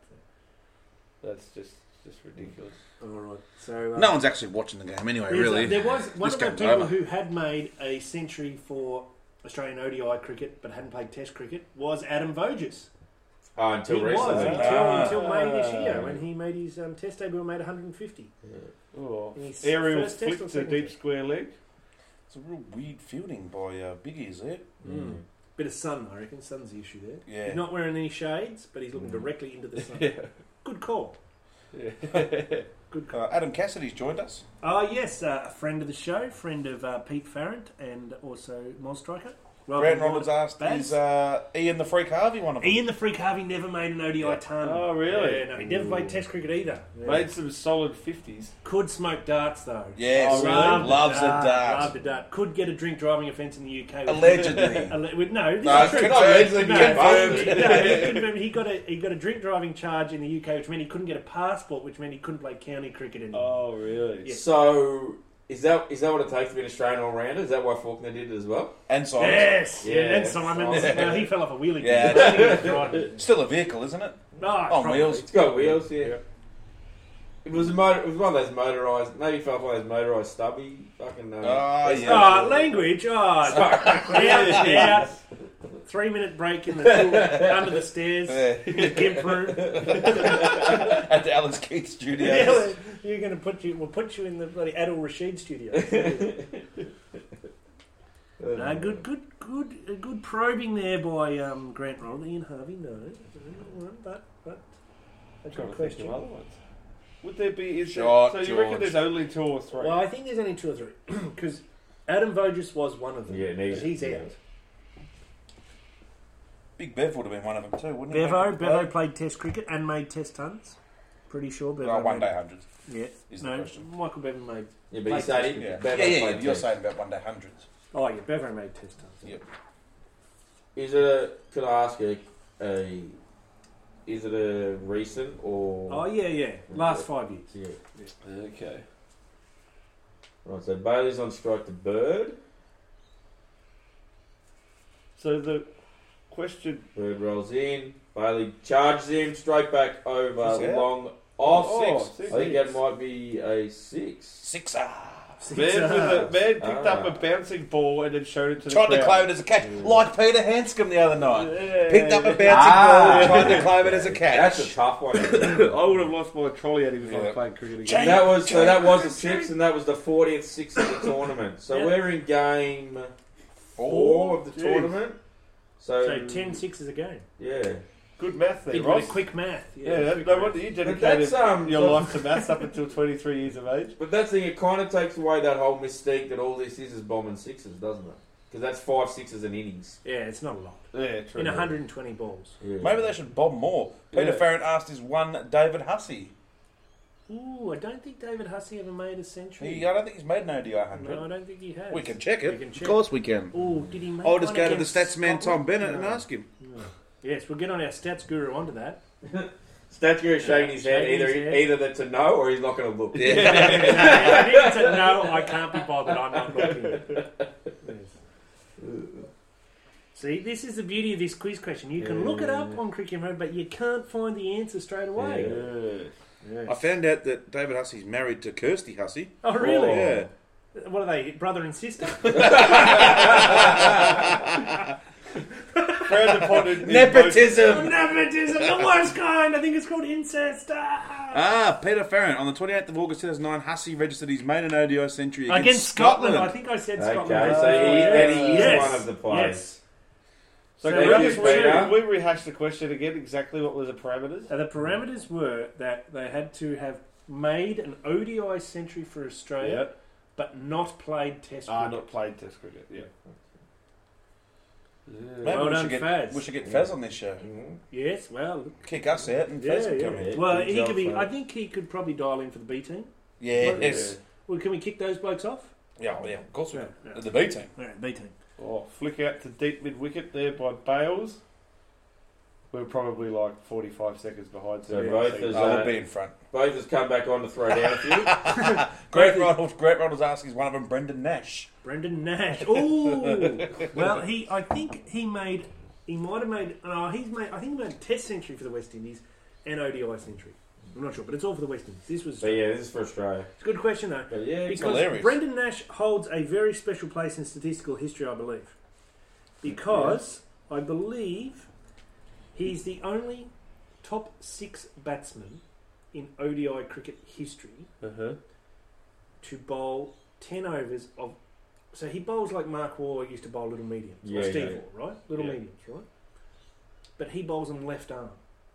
S1: there.
S2: That's just, just ridiculous.
S1: All right. So, uh,
S5: No one's actually watching the game anyway,
S1: There's
S5: really.
S1: a- there was one
S5: This
S1: of the
S5: game's
S1: people
S5: over.
S1: who had made a century for Australian ODI cricket but hadn't played Test cricket was Adam Voges.
S3: Oh,
S1: He
S3: until
S1: was
S3: recently.
S1: until,
S7: Ah.
S1: until May this year when he made his um, Test debut and made 150.
S2: Oh,
S1: And his
S2: aerial
S1: first test
S2: flick
S1: or
S2: to
S1: second
S2: deep
S1: test?
S2: square leg.
S7: It's a real weird fielding by uh, Biggie's there.
S3: Mm.
S1: Bit of sun, I reckon. Sun's the issue there.
S7: Yeah.
S1: He's not wearing any shades, but he's looking directly into *laughs* the sun. Good call. Good call.
S7: Uh, Adam Cassidy's joined us.
S1: Ah, yes, uh, a friend of the show, friend of uh, Pete Farrant and also Mod Striker. Well,
S7: Grant Ronalds asked,
S1: Baz.
S7: "Is uh, Ian the Freak Harvey one of them?"
S1: Ian the Freak Harvey never made an ODI ton.
S2: Oh, really?
S1: Um, Yeah, no, he never played Test cricket either.
S2: Made some solid 50s.
S1: Could smoke darts though.
S7: Yes,
S2: Oh, really?
S1: Loved
S7: loves a
S1: dart,
S7: dart.
S1: Loved a dart. Could get a drink driving offence in the UK. *laughs*
S7: Allegedly.
S1: Alle- with- no, this
S3: Uh,
S7: No,
S1: is true.
S7: it's confirmed.
S1: No,
S7: Confirmed.
S1: no, *laughs* he, confirmed- he got a he got a drink driving charge in the UK, which meant he couldn't get a passport, which meant he couldn't play county cricket anymore.
S2: Oh, really?
S1: Yeah.
S3: So, is that is that what it takes to be an Australian all rounder? Is that why Faulkner did it as well?
S7: and Simon.
S1: yes, yeah,
S3: Yeah.
S1: and Simons.
S3: Yeah.
S1: No, he fell off a wheelie.
S7: Yeah.
S1: oh,
S7: Still a vehicle, isn't it? On
S1: Ah, probably.
S7: wheels.
S3: It's got wheels, yeah. It was a motor, it was one of those motorised, maybe if I one of those motorised stubby, fucking. Um, *laughs*
S7: Ah,
S3: it's-
S7: yeah.
S1: Oh, language.
S7: *laughs*
S1: Oh, sorry. out, out. Three minute
S7: *laughs*
S1: break in the pool, under the stairs, in the gimp room.
S7: *laughs* At the Alex Keith *laughs*
S5: *laughs*
S7: Studios.
S1: Yeah, You're going to put you. We'll put you in the bloody Adil
S7: *laughs*
S1: Rashid studio. no, good, good, good, uh, good probing there by um, Grant Ronald, Ian Harvey. No, but but a good
S2: Trying to think of
S1: question.
S2: other ones. Would there be? Is there,
S7: Shot,
S2: so you reckon
S7: George.
S2: there's only two or three?
S1: Well, I think there's only two or three *clears throat* because Adam Voges was one of them.
S3: Yeah, and he's-
S1: But he's
S3: yeah.
S1: out.
S7: Big Bev would have been one of them too, wouldn't he?
S1: Bevo, Bevo played Test cricket and made Test tons. Pretty sure Bevo.
S7: Oh, one
S1: made-
S7: day hundreds.
S1: Yeah.
S7: is the
S1: No,
S7: question.
S1: Michael Bevan made.
S3: yeah, but you said he,
S7: Yeah,
S3: Bevo
S7: yeah, yeah.
S3: played
S7: You're
S3: test.
S7: saying about one day hundreds.
S1: Oh yeah, Bevan made test tons.
S7: Yep.
S3: Is it a? Could I ask a? a is it a recent or?
S1: Oh yeah, yeah. Last five years.
S3: yeah.
S2: Okay.
S3: Right, so Bailey's on strike to Bird.
S2: So the question.
S3: Bird rolls in. Bailey charges him straight back over
S7: He's out.
S3: long off
S2: Oh,
S3: six.
S2: six.
S3: I think that might be a six.
S7: Sixer.
S2: Man, with
S1: uh,
S2: a, man picked up a
S3: Ah.
S2: bouncing ball and then showed it to the
S7: Tried to
S2: crowd.
S7: claim it as a catch, like Peter Hanscom the other night.
S2: Yeah.
S7: Picked up a bouncing
S3: Ah.
S7: ball, tried to claim it
S5: *laughs*
S7: as a catch.
S3: That's a tough
S2: *laughs*
S3: one.
S2: I would have lost my trolley at him if I
S7: Yeah.
S2: played cricket again.
S7: Jack-
S3: And that was so that was the sixth, and that was the fortieth sixth of the tournament. So
S1: Yeah.
S3: we're in game four of the
S2: Jeez.
S3: tournament. So,
S1: So 10 sixes a game.
S3: Yeah.
S2: Good math there,
S1: Big bit
S2: Ross.
S1: of quick math. Yeah,
S2: yeah, that,
S1: quick
S2: no
S1: math.
S2: wonder you
S3: But
S2: dedicated
S3: that's um
S2: your life to maths up until 23 years of age.
S3: But that thing it kind of takes away that whole mystique that all this is is bombing sixes, doesn't it? Because that's five sixes and innings.
S1: Yeah, it's not a lot.
S2: Yeah, true.
S1: In 120 balls.
S7: Maybe they should bob more. Peter
S2: Yeah.
S7: Farron asked his one David Hussey.
S1: Ooh, I don't think David Hussey ever made a century.
S7: He, I don't think he's made an ODI 100.
S1: No, I don't think he has.
S7: We can check it.
S1: We can check.
S5: we can.
S1: Ooh, did he make
S5: I'll just
S1: one
S5: go to the
S1: against
S5: stats man Tom
S1: Scotland?
S5: Bennett and
S1: No.
S5: ask him.
S1: Yes, we'll get on our stats guru onto that.
S3: Statue is shaking his head.
S1: Shaking
S3: Either
S1: his head.
S3: either that's a no or he's not going to look. *laughs*
S5: Yeah.
S1: I think it's a no, I can't be bothered, I'm not looking. Yes. *laughs* See, this is the beauty of this quiz question. You can look it up on Cricket Info, but you can't find the answer straight away.
S3: Mm-hmm.
S5: I found out that David Hussey's married to Kirsty Hussey.
S1: Oh, really?
S5: Yeah.
S1: What are they, brother and sister? *laughs*
S7: Fred appointed
S2: *laughs*
S7: in
S5: Nepotism!
S1: Nepotism, the worst kind. I think it's called incest. Ah.
S5: Ah, Peter Farron. On the 28th of August 2009, Hussey registered his maiden ODI century against,
S1: Against Scotland.
S5: Scotland.
S1: I think I said
S3: Okay,
S1: Scotland.
S3: so he,
S1: Yeah.
S3: then he is
S1: Yes.
S3: one of the players.
S1: Yes.
S2: So,
S1: So
S2: can, we
S1: Rubbish
S2: just
S1: was
S2: re-
S1: there.
S2: can we rehash the question again? Exactly what were the parameters?
S1: Uh, the parameters were that they had to have made an ODI century for Australia, but not played Test
S2: Ah,
S1: cricket.
S2: not played Test cricket. Yeah.
S7: Maybe
S1: Well
S7: we,
S1: done,
S7: should get,
S1: Faz.
S7: we should get Fez on this show.
S1: Yes, well,
S7: Kick us out and
S1: yeah,
S7: Fez can
S1: yeah.
S7: come in.
S1: Well, he
S3: Good
S1: could be.
S3: job,
S1: I
S3: mate.
S1: think he could probably dial in for the B team.
S7: Yeah,
S1: Well,
S7: yes.
S1: Well, can we kick those blokes off?
S7: Yeah, well, yeah, of course we
S1: Yeah,
S7: can.
S1: yeah.
S7: The B team.
S1: All right, B team.
S2: Oh, flick out to deep mid wicket there by Bales. We're probably like 45 seconds behind.
S3: So
S2: yeah,
S3: both
S2: so-
S3: is,
S7: I
S3: uh,
S7: will be in front.
S3: Both has come back on to throw down a few.
S7: Great Ronald, Great Ronald's asking, is one of them Brendan Nash?
S1: Brendan *laughs* Nash. Ooh. well, he. I think he made. He might have made. No, he's made. I think he made a Test century for the West Indies and ODI century. I'm not sure, *laughs* but it's all for the West Indies. This was.
S3: but yeah, this is for Australia.
S1: It's a good question though.
S3: But yeah,
S1: Because
S7: hilarious.
S1: Brendan Nash holds a very special place in statistical history, I believe. Because I believe he's the only top six batsman in ODI cricket history to bowl 10 overs of. So he bowls like Mark Waugh used to bowl little mediums.
S3: Yeah,
S1: or Steve
S3: yeah.
S1: Waugh, right? Little
S2: Yeah.
S1: mediums, right? But he bowls on left arm.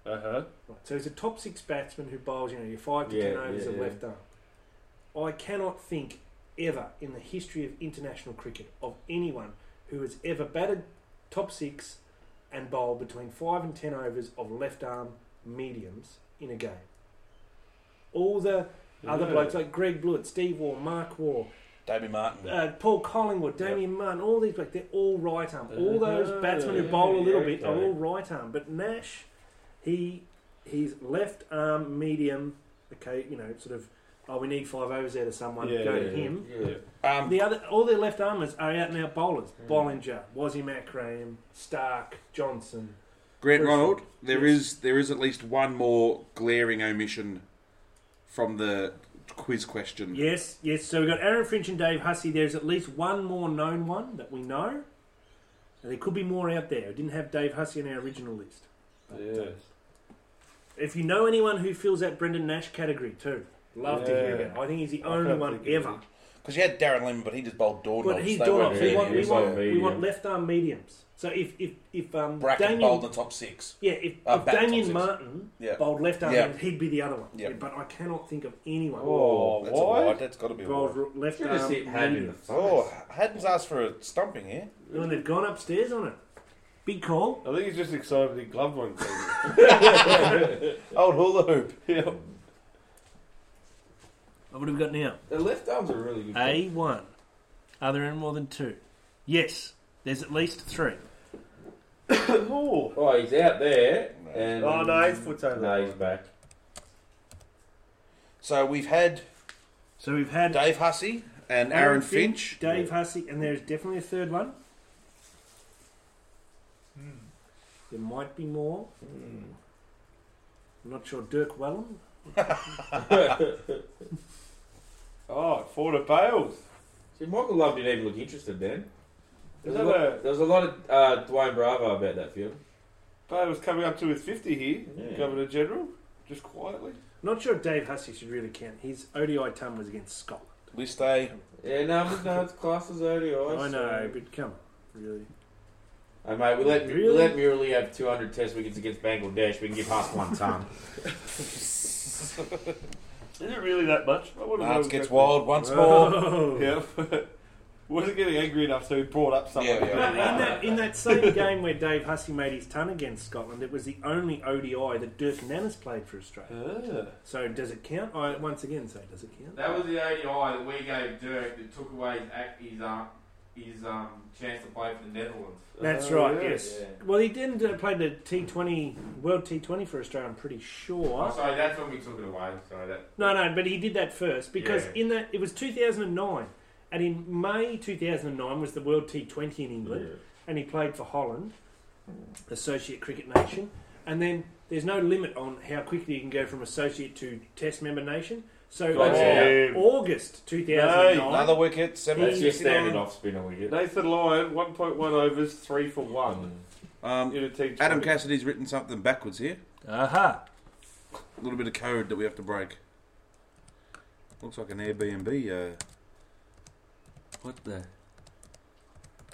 S2: Uh-huh.
S1: Right, so he's a top six batsman who bowls, you know, your five to
S3: Yeah,
S1: ten overs
S3: yeah,
S1: of
S3: yeah.
S1: left arm. I cannot think ever in the history of international cricket of anyone who has ever batted top six and bowled between five and ten overs of left arm mediums in a game. All the other
S2: Yeah.
S1: blokes like Greg Blewett, Steve Waugh, Mark Waugh,
S7: Damien Martin.
S1: uh, Paul Collingwood, Damien Munn, all these blokes, they're all right arm. All
S2: Uh-huh.
S1: those batsmen who
S2: Yeah,
S1: bowl a little
S2: yeah,
S1: bit are
S2: okay.
S1: all right arm. But Nash, he he's left arm medium. Okay, you know, sort of. Oh, we need five overs out of someone.
S2: Yeah,
S1: Go
S2: yeah,
S1: to
S2: yeah.
S1: him.
S3: Yeah.
S7: Um,
S1: The other, all their left armers are out and out bowlers.
S2: Mm.
S1: Bollinger, Wazzy Matt Graham, Stark, Johnson.
S5: Grant
S1: First
S5: Ronald, There
S1: Yes.
S5: is there is at least one more glaring omission from the quiz question.
S1: Yes, yes. So we've got Aaron Finch and Dave Hussey. There's at least one more known one that we know. And there could be more out there. We didn't have Dave Hussey on our original list.
S2: Yeah.
S1: If you know anyone who fills that Brendan Nash category too, love to hear
S2: Yeah.
S1: it. I think he's the
S2: I
S1: only
S2: don't
S1: one
S2: think he
S1: ever.
S2: did.
S7: Because you had Darren Lemon, but he just bowled door
S1: But
S7: knobs.
S1: he's
S7: They
S1: door
S7: were-
S1: knobs. We
S3: yeah,
S1: want, we
S3: he's
S1: want,
S3: on
S1: we
S3: medium.
S1: want left arm mediums. So if if if um,
S7: Bracken
S1: Damien,
S7: bowled in the top six.
S1: yeah, if,
S7: uh,
S1: if
S7: back top
S1: Damien
S7: six.
S1: Martin
S7: Yeah.
S1: bowled left arm,
S7: Yeah.
S1: mediums, he'd be the other one.
S7: Yeah.
S1: But I cannot think of anyone
S2: Oh,
S7: That's a
S2: why?
S7: wide. That's got to be
S1: who
S7: a wide.
S1: bowled left
S3: Should
S1: arm
S3: have just hit hand in the
S1: mediums.
S3: face.
S7: Oh, Haddon's asked for a stumping here.
S1: And they've gone upstairs on it. Big call.
S2: I think he's just excited he gloved one. thing.
S7: *laughs* Old hula hoop.
S2: yeah.
S1: Oh, What have we got now?
S3: The left arm's a really good.
S1: A one. Are there any more than two? Yes. There's at least three.
S2: oh.
S3: Oh, he's out there. And
S2: Oh, no, his foot's over.
S3: No, he's back. *laughs*
S7: So we've had
S1: So we've had
S7: Dave Hussey.
S5: And Aaron, Finch.
S1: Dave Hussey, and there's definitely a third one.
S2: Hmm.
S1: There might be more. I'm not sure. Dirk Wellham.
S2: Oh, four to Bales.
S3: See, Michael Love didn't even look interested then. There
S2: Is
S3: was, a
S2: that
S3: lot,
S2: a,
S3: there was a lot of uh, Dwayne Bravo about that film.
S2: Bales coming up to his 50 here,
S3: Yeah.
S2: Governor General? Just quietly.
S1: Not sure if Dave Hussey should really count. His ODI ton was against Scotland.
S7: List A.
S3: Yeah, no, but no, it's class as ODI.
S1: I know,
S2: uh,
S3: so-
S1: but come on, really.
S3: Hey, mate, we let, we
S1: Really?
S3: let Murley have 200 test wickets against Bangladesh. We can give Huss one ton.
S2: Is it really that much? I want
S7: Nance gets
S1: *laughs*
S2: exactly. *laughs*
S7: wild once more.
S1: Oh.
S2: Yeah. wasn't getting angry enough, so he brought up someone.
S3: Yeah, yeah.
S1: In that, in that
S5: *laughs*
S1: same game where Dave Hussey made his ton against Scotland, it was the only ODI that Dirk Nannis played for
S2: *laughs*
S1: Australia.
S2: Ah.
S1: So does it count? I once again say, does it
S8: *laughs*
S1: count?
S8: That was the ODI that we gave Dirk that took away his act, his, um, his um, chance to play for the Netherlands.
S1: That's
S2: Oh,
S1: right.
S2: yeah.
S1: Yes.
S3: Yeah.
S1: Well, he didn't uh, play the T20 World T20 for Australia. I'm pretty sure.
S8: Oh, sorry, that's when we took it away. Sorry, that.
S1: No, no, but he did that first because
S8: Yeah.
S1: in that it was 2009, and in May 2009 was the World T20 in England, and he played for Holland, associate cricket nation, and then there's no limit on how quickly you can go from associate to Test member nation. So
S3: Oh,
S1: that's
S2: yeah.
S1: August 2009.
S7: Another wicket, seven.
S3: That's your standard off spinner wicket.
S2: Nathan Lyon, 1.1 overs, 3 for 1.
S5: Um,
S7: Mm.
S2: In a team
S5: Adam
S2: tournament.
S5: Cassidy's written something backwards here.
S1: Aha!
S5: A little bit of code that we have to break. Looks like an Airbnb. Uh,
S6: What the?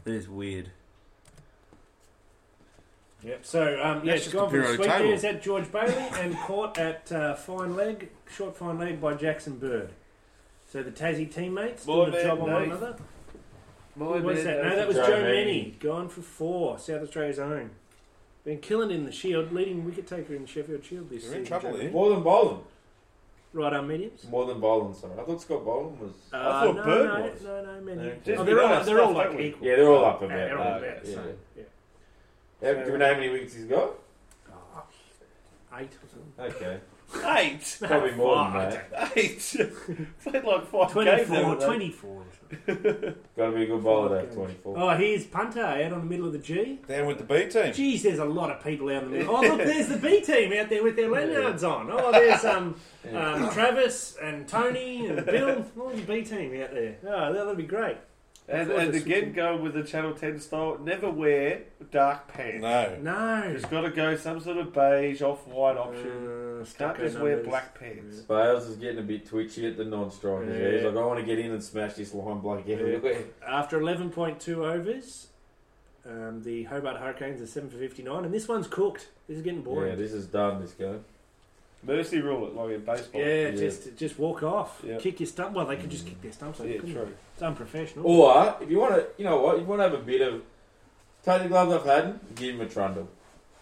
S6: That is weird.
S1: Yep. So um, yeah,
S5: That's
S1: it's
S5: just a
S1: gone from
S5: periodic
S1: sweet
S5: table.
S1: news at George Bailey and caught at uh, fine leg, short fine leg by Jackson Bird. So the Tassie teammates
S2: My
S1: doing a
S2: man,
S1: job on one
S2: Nate.
S1: another.
S6: My
S1: Who was that? No, that was
S3: Joe
S1: Joe
S3: Manny.
S1: Manny, gone for four. South Australia's own. Been killing in the Shield, leading wicket taker in the Sheffield Shield this
S7: You're in
S1: season.
S7: trouble
S1: Joe-
S2: eh?
S7: here.
S3: More than Boland.
S1: Right arm mediums.
S3: More than Boland, sorry. I thought Scott Boland was.
S1: Uh,
S2: thought
S1: no,
S2: Bird
S1: no,
S2: was.
S1: no, no, Manny.
S3: No,
S2: just
S1: oh,
S2: we
S1: they're
S2: know
S1: all,
S2: that
S1: they're all
S2: stuff,
S1: like
S2: don't we?
S1: equal.
S3: yeah, they're all up
S1: Yeah, they're
S3: about.
S1: all
S3: Uh,
S1: about the
S3: yeah.
S1: same. Yeah.
S3: How- do we know how many wickets he's got?
S1: Oh, eight or something.
S3: Okay.
S2: Eight!
S3: Probably more than
S1: Fuck.
S3: that.
S2: Eight! *laughs* Played like five games.
S1: 24,
S2: haven't they?
S1: 24 or something.
S3: Got to be a good bowler to have 24.
S1: Oh, here's Punter out on the middle of the G.
S7: Down with the B team.
S1: Geez, there's a lot of people out in the
S2: *laughs*
S1: middle. Oh, look, there's the B team out there with their lanyards on. Oh, there's um, um, Travis and Tony
S2: *laughs*
S1: and Bill. All the B team out there. Oh, that'll be great.
S2: *laughs* And,
S1: Of course
S2: and
S1: it's
S2: again,
S1: switching.
S2: going with the Channel 10 style, never wear dark pants.
S7: No.
S1: No.
S2: It's got to go some sort of beige, off white option.
S1: Uh,
S2: Can't
S1: stucco
S2: just wear
S1: numbers.
S2: black pants.
S3: Bales is getting a bit twitchy at the non-strikers.
S1: Yeah.
S3: He's like, I want to get in and smash this line bloke everywhere.
S1: After 11.2 overs, um, the Hobart Hurricanes are 7 for 59, and this one's cooked. This is getting
S3: Yeah,
S1: boring.
S3: this is done. This game.
S2: Mercy rule it, like in baseball.
S1: Yeah, just just walk off.
S2: Yeah.
S1: Kick your stump. Well, they could just kick their stumps. they
S2: Yeah,
S1: couldn't.
S2: true.
S1: It's unprofessional.
S3: Or if you want to, you know what, if you want to have a bit of take the gloves off Haddon, give him a trundle.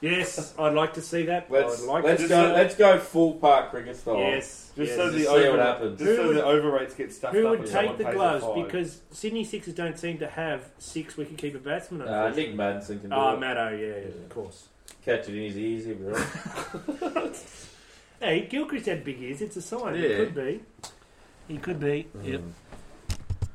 S1: Yes, I'd like to see that.
S3: Let's
S1: I'd like
S3: let's
S1: to
S3: go.
S1: see
S3: let's go full park cricket style.
S1: Yes.
S2: Just
S1: yes.
S2: so the
S3: Just see
S2: over,
S3: what happens.
S2: Just
S1: Who
S2: so
S1: would-
S2: the over rates get stuffed
S1: Who
S2: up.
S1: would
S2: and
S1: take
S2: someone
S1: the
S2: pays a
S1: gloves
S2: fine.
S1: because Sydney Sixers don't seem to have six wicketkeeper batsmen.
S3: Uh,
S1: unfortunately.
S3: Nick Madison can do
S1: oh,
S3: it.
S1: Maddo, yeah, yeah, of course.
S3: catch it in his ears every right?
S1: Hey, Gilchrist had big ears. It's a sign. He
S3: Yeah.
S1: could be. He could be. Yep.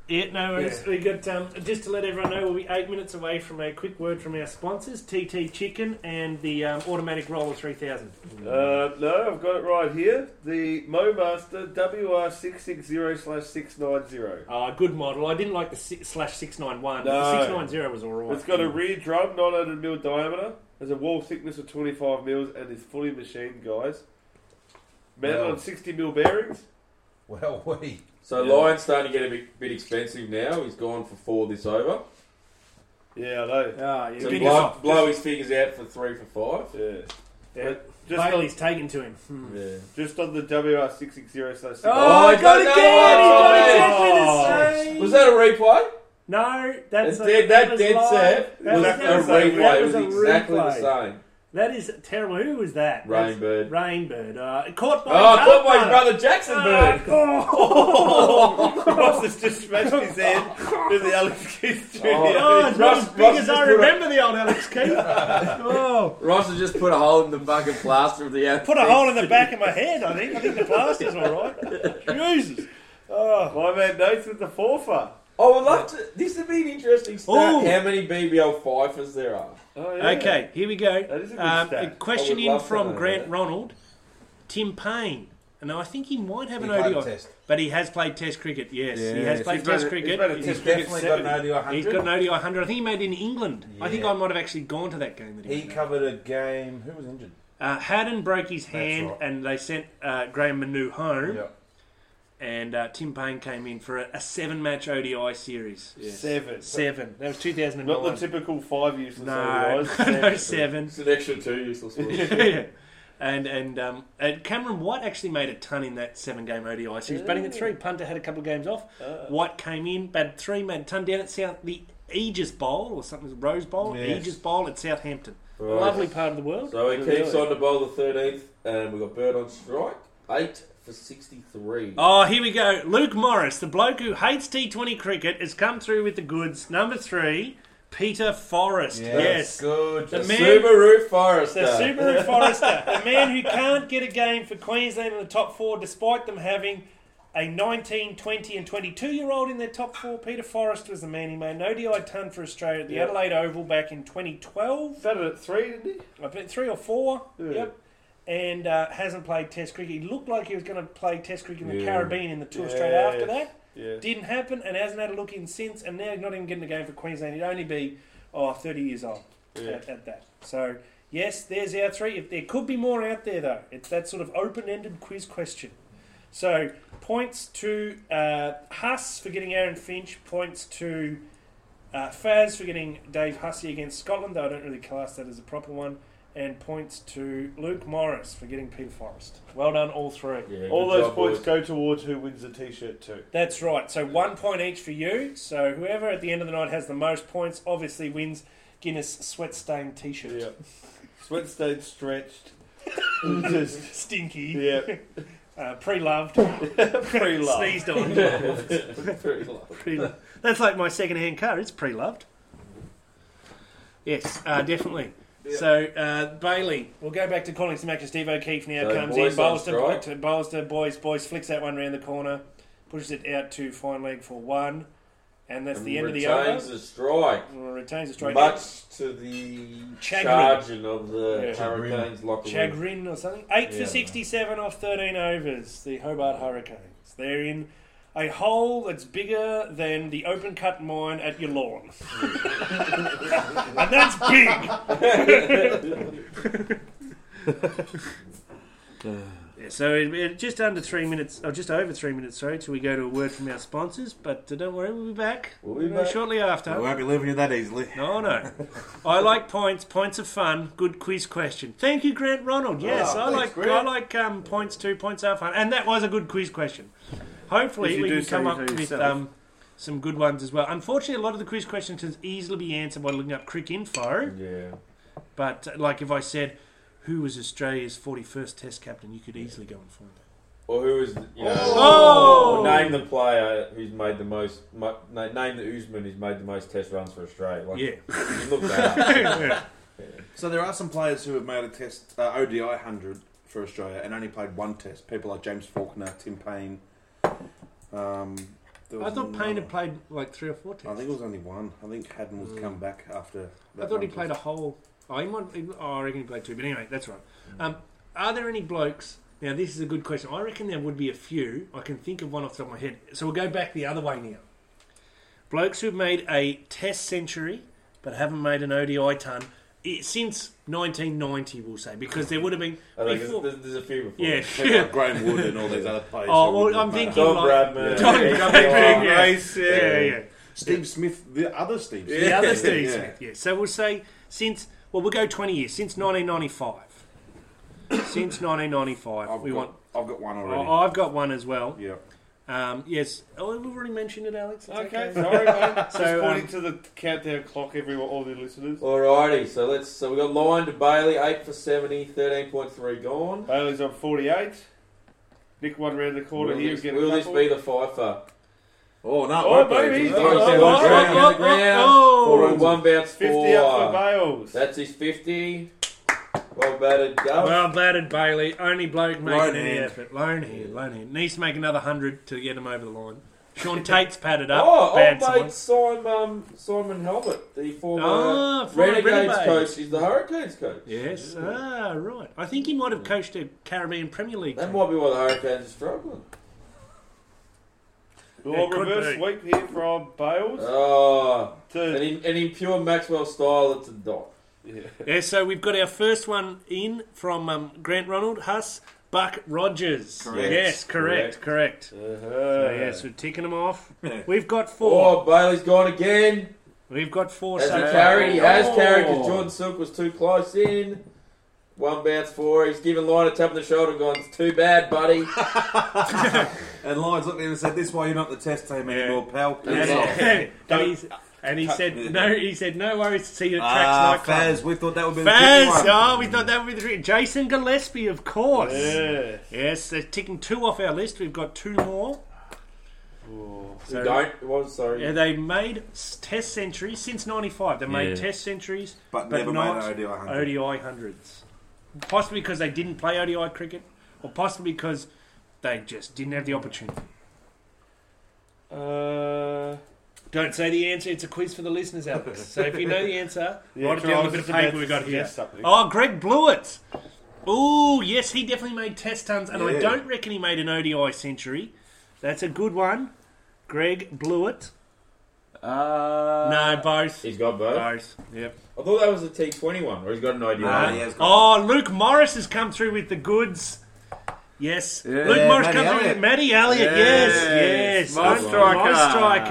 S1: Yeah, no worries. We got um, just to let everyone know, we'll be eight minutes away from a quick word from our sponsors, TT Chicken and the um, Automatic Roller Three Thousand.
S2: Uh, no, I've got it right here. The MoMaster WR660/690.
S1: Uh, good model. I didn't like the si- slash six nine one.
S2: No.
S1: The six nine zero was all right.
S2: It's got a rear drum, 900 mil diameter. Has a wall thickness of 25 mils and is fully machined, guys. Mounted
S7: Wow.
S2: on 60 mil bearings.
S7: Well, we.
S3: So Lyon's starting to get a bit, bit expensive now. He's gone for four this over.
S2: Yeah, I know.
S1: Ah, yeah.
S3: So
S1: Biggest
S3: blow,
S1: off-
S3: blow his fingers out for three for five.
S2: Yeah.
S1: Yeah.
S2: Just on,
S1: Bailey's taken to him. Hmm.
S3: Yeah.
S2: just on the WR660 slash
S1: Oh,
S3: Oh,
S1: I got
S3: no,
S1: it again! He got
S3: no.
S1: exactly the same!
S3: Was that a replay?
S1: Oh. No, that's
S3: It's dead, that
S1: was
S3: dead
S1: live.
S3: set
S1: That
S3: was
S1: was
S3: a
S1: dead set.
S3: replay.
S1: That
S3: It was exactly the same.
S1: That is terrible. Who was that?
S3: Rainbird.
S1: Rainbird. Uh, caught by
S3: Oh, I
S1: Carter.
S3: thought my brother
S1: Ah.
S3: Jackson Bird.
S2: *laughs*
S1: Oh,
S2: Ross has just smashed his head in the Alex Keith studio.
S1: Oh, it's not
S3: Russ-
S1: as big
S3: Russ
S1: as
S3: just
S1: I
S3: put a-
S1: remember the old Alex Keith. oh.
S3: Ross has just put a hole in the fucking plaster of the out.
S1: Put a hole in the back of my head, I think. I think the plaster's all right. Jesus. Oh.
S2: My man Nate's with the forfer.
S3: Oh, I'd love to. This would be an interesting stat.
S1: Ooh.
S3: How many BBL fifers there are?
S2: Oh, yeah.
S1: Okay, here we go.
S2: That is a good
S1: Um, a
S2: stat.
S1: question
S3: I would
S1: in
S3: love to
S1: from
S3: know
S1: Grant
S3: that.
S1: Ronald. Tim Payne. And I think he might have
S7: He
S1: an
S7: played
S1: ODI.
S7: test.
S1: But he has played Test cricket, yes. he
S5: Yes,
S1: has played
S2: he's
S1: Test
S2: made a- he's
S1: cricket.
S2: made a
S7: He's
S2: He's cricket
S7: definitely got an
S2: 70.
S7: ODI 100.
S1: He's got an ODI 100. I think he made it in England. I think
S7: Yeah.
S1: I might have actually gone to that game that he,
S7: He
S1: was at.
S7: covered a game. Who was injured?
S1: Uh, Haddon broke his hand
S7: right.
S1: and they sent uh, Graham Manu home.
S7: Yeah.
S1: And uh, Tim Payne came in for a, a seven match ODI series.
S2: Seven.
S1: Seven. That was
S2: Not
S1: 2009.
S2: the typical five
S1: *laughs*
S2: useless
S1: no,
S2: ODIs.
S1: no, seven.
S2: *laughs*
S3: It's an extra two useless ones.
S1: yeah. And and um, and Cameron White actually made a ton in that seven game ODI series, batting at three. Punter had a couple of games off.
S2: Uh,
S1: White came in, batted three, made a ton down at South the Aegis Bowl or something, Rose Bowl,
S7: Yes.
S1: Aegis Bowl at Southampton.
S3: Right.
S1: Lovely part of the world.
S3: So he
S1: Really.
S3: keeps on to bowl the 13th, and we've got Bird on strike. 8 for 63.
S1: Oh, here we go. Luke Morris, the bloke who hates T20 cricket, has come through with the goods. Number three, Peter Forrest. Yes.
S3: Good.
S1: The
S3: The
S1: man-
S3: Subaru Forester.
S1: The
S3: *laughs*
S1: Subaru Forester, the man who can't get a game for Queensland in the top four despite them having a 19, 20, and 22 year old in their top four. Peter Forrest was the man who made an ODI ton for Australia at the
S2: Yeah.
S1: Adelaide Oval back in 2012.
S2: Started at three, didn't he?
S1: I bet three or four. Yep. And uh, hasn't played Test cricket. He looked like he was going to play Test cricket in the
S3: Yeah.
S1: Caribbean in the tour
S2: Yes.
S1: straight after that.
S2: Yeah.
S1: Didn't happen and hasn't had a look in since. And now he's not even getting a game for Queensland. He'd only be oh, 30 years old
S2: Yeah.
S1: at, at that. So, yes, there's our three. If There could be more out there, though. It's that sort of open ended quiz question. So, points to uh, Huss for getting Aaron Finch, points to uh, Faz for getting Dave Hussey against Scotland, though I don't really class that as a proper one, and points to Luke Morris for getting Peter Forrest. Well done, all three.
S3: Yeah,
S2: All
S3: good
S2: those
S3: job,
S2: points
S3: boys.
S2: go towards who wins the T-shirt too.
S1: That's right. So one point each for you. So whoever at the end of the night has the most points obviously wins Guinness sweat stained t shirt.
S2: *laughs* Yeah. Sweat stayed stretched.
S1: *laughs*
S2: Just
S1: Stinky.
S2: yeah,
S1: Uh, Pre *laughs* loved.
S2: pretty low.
S1: Sneezed on.
S3: *laughs* Very low.
S1: *laughs* Pre-loved. That's like my second hand car. It's pre loved. Yes, uh, definitely. So uh, Bailey, we'll go back to calling some action. Steve O'Keefe now
S3: So
S1: comes in.
S3: boys on
S1: Bolster,
S3: strike.
S1: to Bolster, boys, boys, flicks that one round the corner, pushes it out to fine leg for one, and that's the end of the
S3: Retains
S1: over.
S3: the strike.
S1: Retains a straight.
S3: Much to the
S1: Chagrin.
S3: charging of the
S1: Yeah.
S3: Hurricanes locker room.
S1: Chagrin or something. Eight
S3: Yeah.
S1: for 67 off 13 overs. The Hobart Hurricanes. They're in a hole that's bigger than the open cut mine at your *laughs* lawn. and that's big! *laughs* Yeah, so it- it- just under three minutes, or just over three minutes, sorry, till we go to a word from our sponsors. But uh, don't worry, we'll be back
S3: We'll be
S1: uh,
S3: back.
S1: shortly after.
S7: I won't be leaving you that easily.
S1: No, no. I like points. Points are fun. Good quiz question. Thank you, Grant Ronald.
S6: Ah,
S1: Yes, I like I like um, points too. Points are fun, and that was a good quiz question. Hopefully,
S6: If you
S1: we
S6: do
S1: can
S6: say
S1: come
S6: so
S1: up with
S6: yourself.
S1: um, some good ones as well. Unfortunately, a lot of the quiz questions can easily be answered by looking up Crick Info.
S3: Yeah.
S1: But uh, like if I said, "Who was Australia's forty-first Test captain?" you could easily go and find that.
S3: Or who is, the- you know,
S1: Oh!
S3: or name the player who's made the most, mo- na- name the Usman who's made the most test runs for Australia. Like,
S1: Yeah.
S3: you can look
S1: *laughs*
S3: that up.
S6: *laughs*
S5: So there are some players who have made a test uh, ODI 100 for Australia and only played one test. People like James Faulkner, Tim Payne. Um, there
S1: I
S5: was
S1: thought Payne had
S5: another-
S1: played like three or four Tests. Mm.
S5: I think it was only one. I think Haddon was come back after.
S1: I
S5: that
S1: thought he
S5: one
S1: played a
S5: test.
S1: whole. Oh, he might, he- oh, I reckon he played two. But anyway, that's right.
S5: Hmm.
S1: Um, are there any blokes? Now, this is a good question. I reckon there would be a few. I can think of one off the top of my head. So we'll go back the other way now. Blokes who've made a Test century but haven't made an ODI ton i- since 1990, we'll say, because there would have been
S3: I think
S1: before.
S3: there's, there's a few before.
S1: Yeah, *laughs*
S5: People like Graham Wood and all these other players.
S1: Oh,
S5: who
S1: well,
S5: wouldn't
S1: I'm
S5: have made
S1: thinking-
S5: it.
S3: Don
S1: Like-
S3: Bradman.
S1: Don
S3: Keith
S1: Bradman,
S3: Yard.
S1: yeah.
S3: yeah.
S1: yeah, yeah.
S5: Steve Smith, the other Steve Smith.
S1: The other Steve
S5: Yeah.
S1: Smith, yeah. So we'll say since well, we'll go twenty years since 1995. since 1995,
S5: I've
S1: we
S5: got,
S1: want.
S5: I've got one already.
S1: Oh, I've got one as well.
S5: Yeah.
S1: Um, yes. Oh, we've already mentioned it, Alex. It's
S2: *laughs* Okay,
S1: *laughs*
S2: sorry, mate. Just
S1: So,
S2: pointing
S1: um,
S2: to the countdown clock, everyone, all the listeners.
S3: Alrighty, so let's. So we got Lyon to Bailey, 8 for 70, 13.3 gone.
S2: Bailey's on 48. Nick one round the corner.
S3: will
S2: He'll
S3: this,
S2: get a
S3: will this
S2: couple.
S3: be the Pfeiffer?
S5: Oh, no.
S2: Oh,
S5: it won't be.
S2: baby.
S5: It's
S3: Oh,
S5: not
S3: oh,
S5: Sam
S3: oh, oh,
S5: Lodge. Graham.
S3: oh. the ground. Four on one bounce,
S2: 50
S3: four.
S2: up for Bales.
S3: That's his 50. Well batted, Duff.
S1: Well batted, Bailey. Only bloke making
S5: Lone
S1: the
S5: hand.
S1: effort. Lone hand, lone hand. Needs to make another hundred to get him over the line.
S3: *laughs*
S1: Sean Tate's padded up.
S3: oh,
S1: Bad
S3: old mate
S1: sign.
S3: Simon, um, Simon Helmet, the former
S1: Ah, former
S3: Renegades
S1: Renegades.
S3: coach. He's the Hurricanes coach.
S1: Yes. Ah, right. I think he might have coached a Caribbean Premier League.
S3: That
S1: team.
S3: might be why the Hurricanes are struggling.
S2: Well,
S1: It could
S2: reverse
S1: be.
S2: sweep here from Bales
S3: Oh, and,
S2: to.
S3: in, and in pure Maxwell style, it's a dot.
S1: Yeah, so we've got our first one in from um, Grant Ronald, Huss, Buck Rogers.
S3: Correct.
S1: Yes, correct, correct. Uh, So, yes, we're ticking them off. We've got four.
S3: Oh, Bailey's gone again.
S1: We've got four.
S3: Has he
S1: So
S3: carried? He has
S2: Oh.
S3: carried because Jordan Silk was too close in. One bounce four. He's given Lyon a tap on the shoulder and gone, it's too bad,
S1: *laughs*
S3: buddy.
S4: And Lyons looked at him and said, This why you're not the test team anymore, pal.
S3: That's
S4: Piss
S3: all.
S4: off.
S1: *laughs* and, he's- and he
S4: Cut.
S1: said no. He said no worries. See you at Tracks
S4: Ah,
S1: nightclub.
S4: Faz, we thought that would be the
S1: Faz,
S4: tricky one.
S1: oh, we thought that would be the trick. Jason Gillespie, of course.
S2: Yeah.
S1: Yes, they're ticking two off our list. We've got two more.
S3: We don't. It was, sorry.
S1: Yeah, they made s- Test centuries since '95. They made
S5: Yeah.
S1: Test centuries,
S4: But,
S1: but
S4: never
S1: not
S4: made an ODI 100.
S1: ODI hundreds. Possibly because they didn't play ODI cricket, or possibly because they just didn't have the opportunity.
S2: Uh,
S1: Don't say the answer. It's a quiz for the listeners, Alex. So if you know the answer,
S2: yeah,
S1: write it down on a bit of paper we got here.
S2: Something.
S1: Oh, Greg Blewett. Oh, yes, he definitely made test tons, and I
S4: Yeah.
S1: don't reckon he made an ODI century. That's a good one. Greg Blewett.
S6: Uh,
S1: no, both.
S3: Ah. He's got both.
S1: Both. Yep.
S3: I thought that was a T20 one, or he's got an idea.
S4: Ah, yeah, it's got-
S1: Oh, Luke Morris has come through with the goods. Yes.
S6: Yeah,
S1: Luke Morris
S4: Matty
S1: comes through
S4: Elliott.
S1: with Matty Elliott. Yes, yes.
S6: Yes, my
S1: Oh,
S6: striker.
S1: My striker.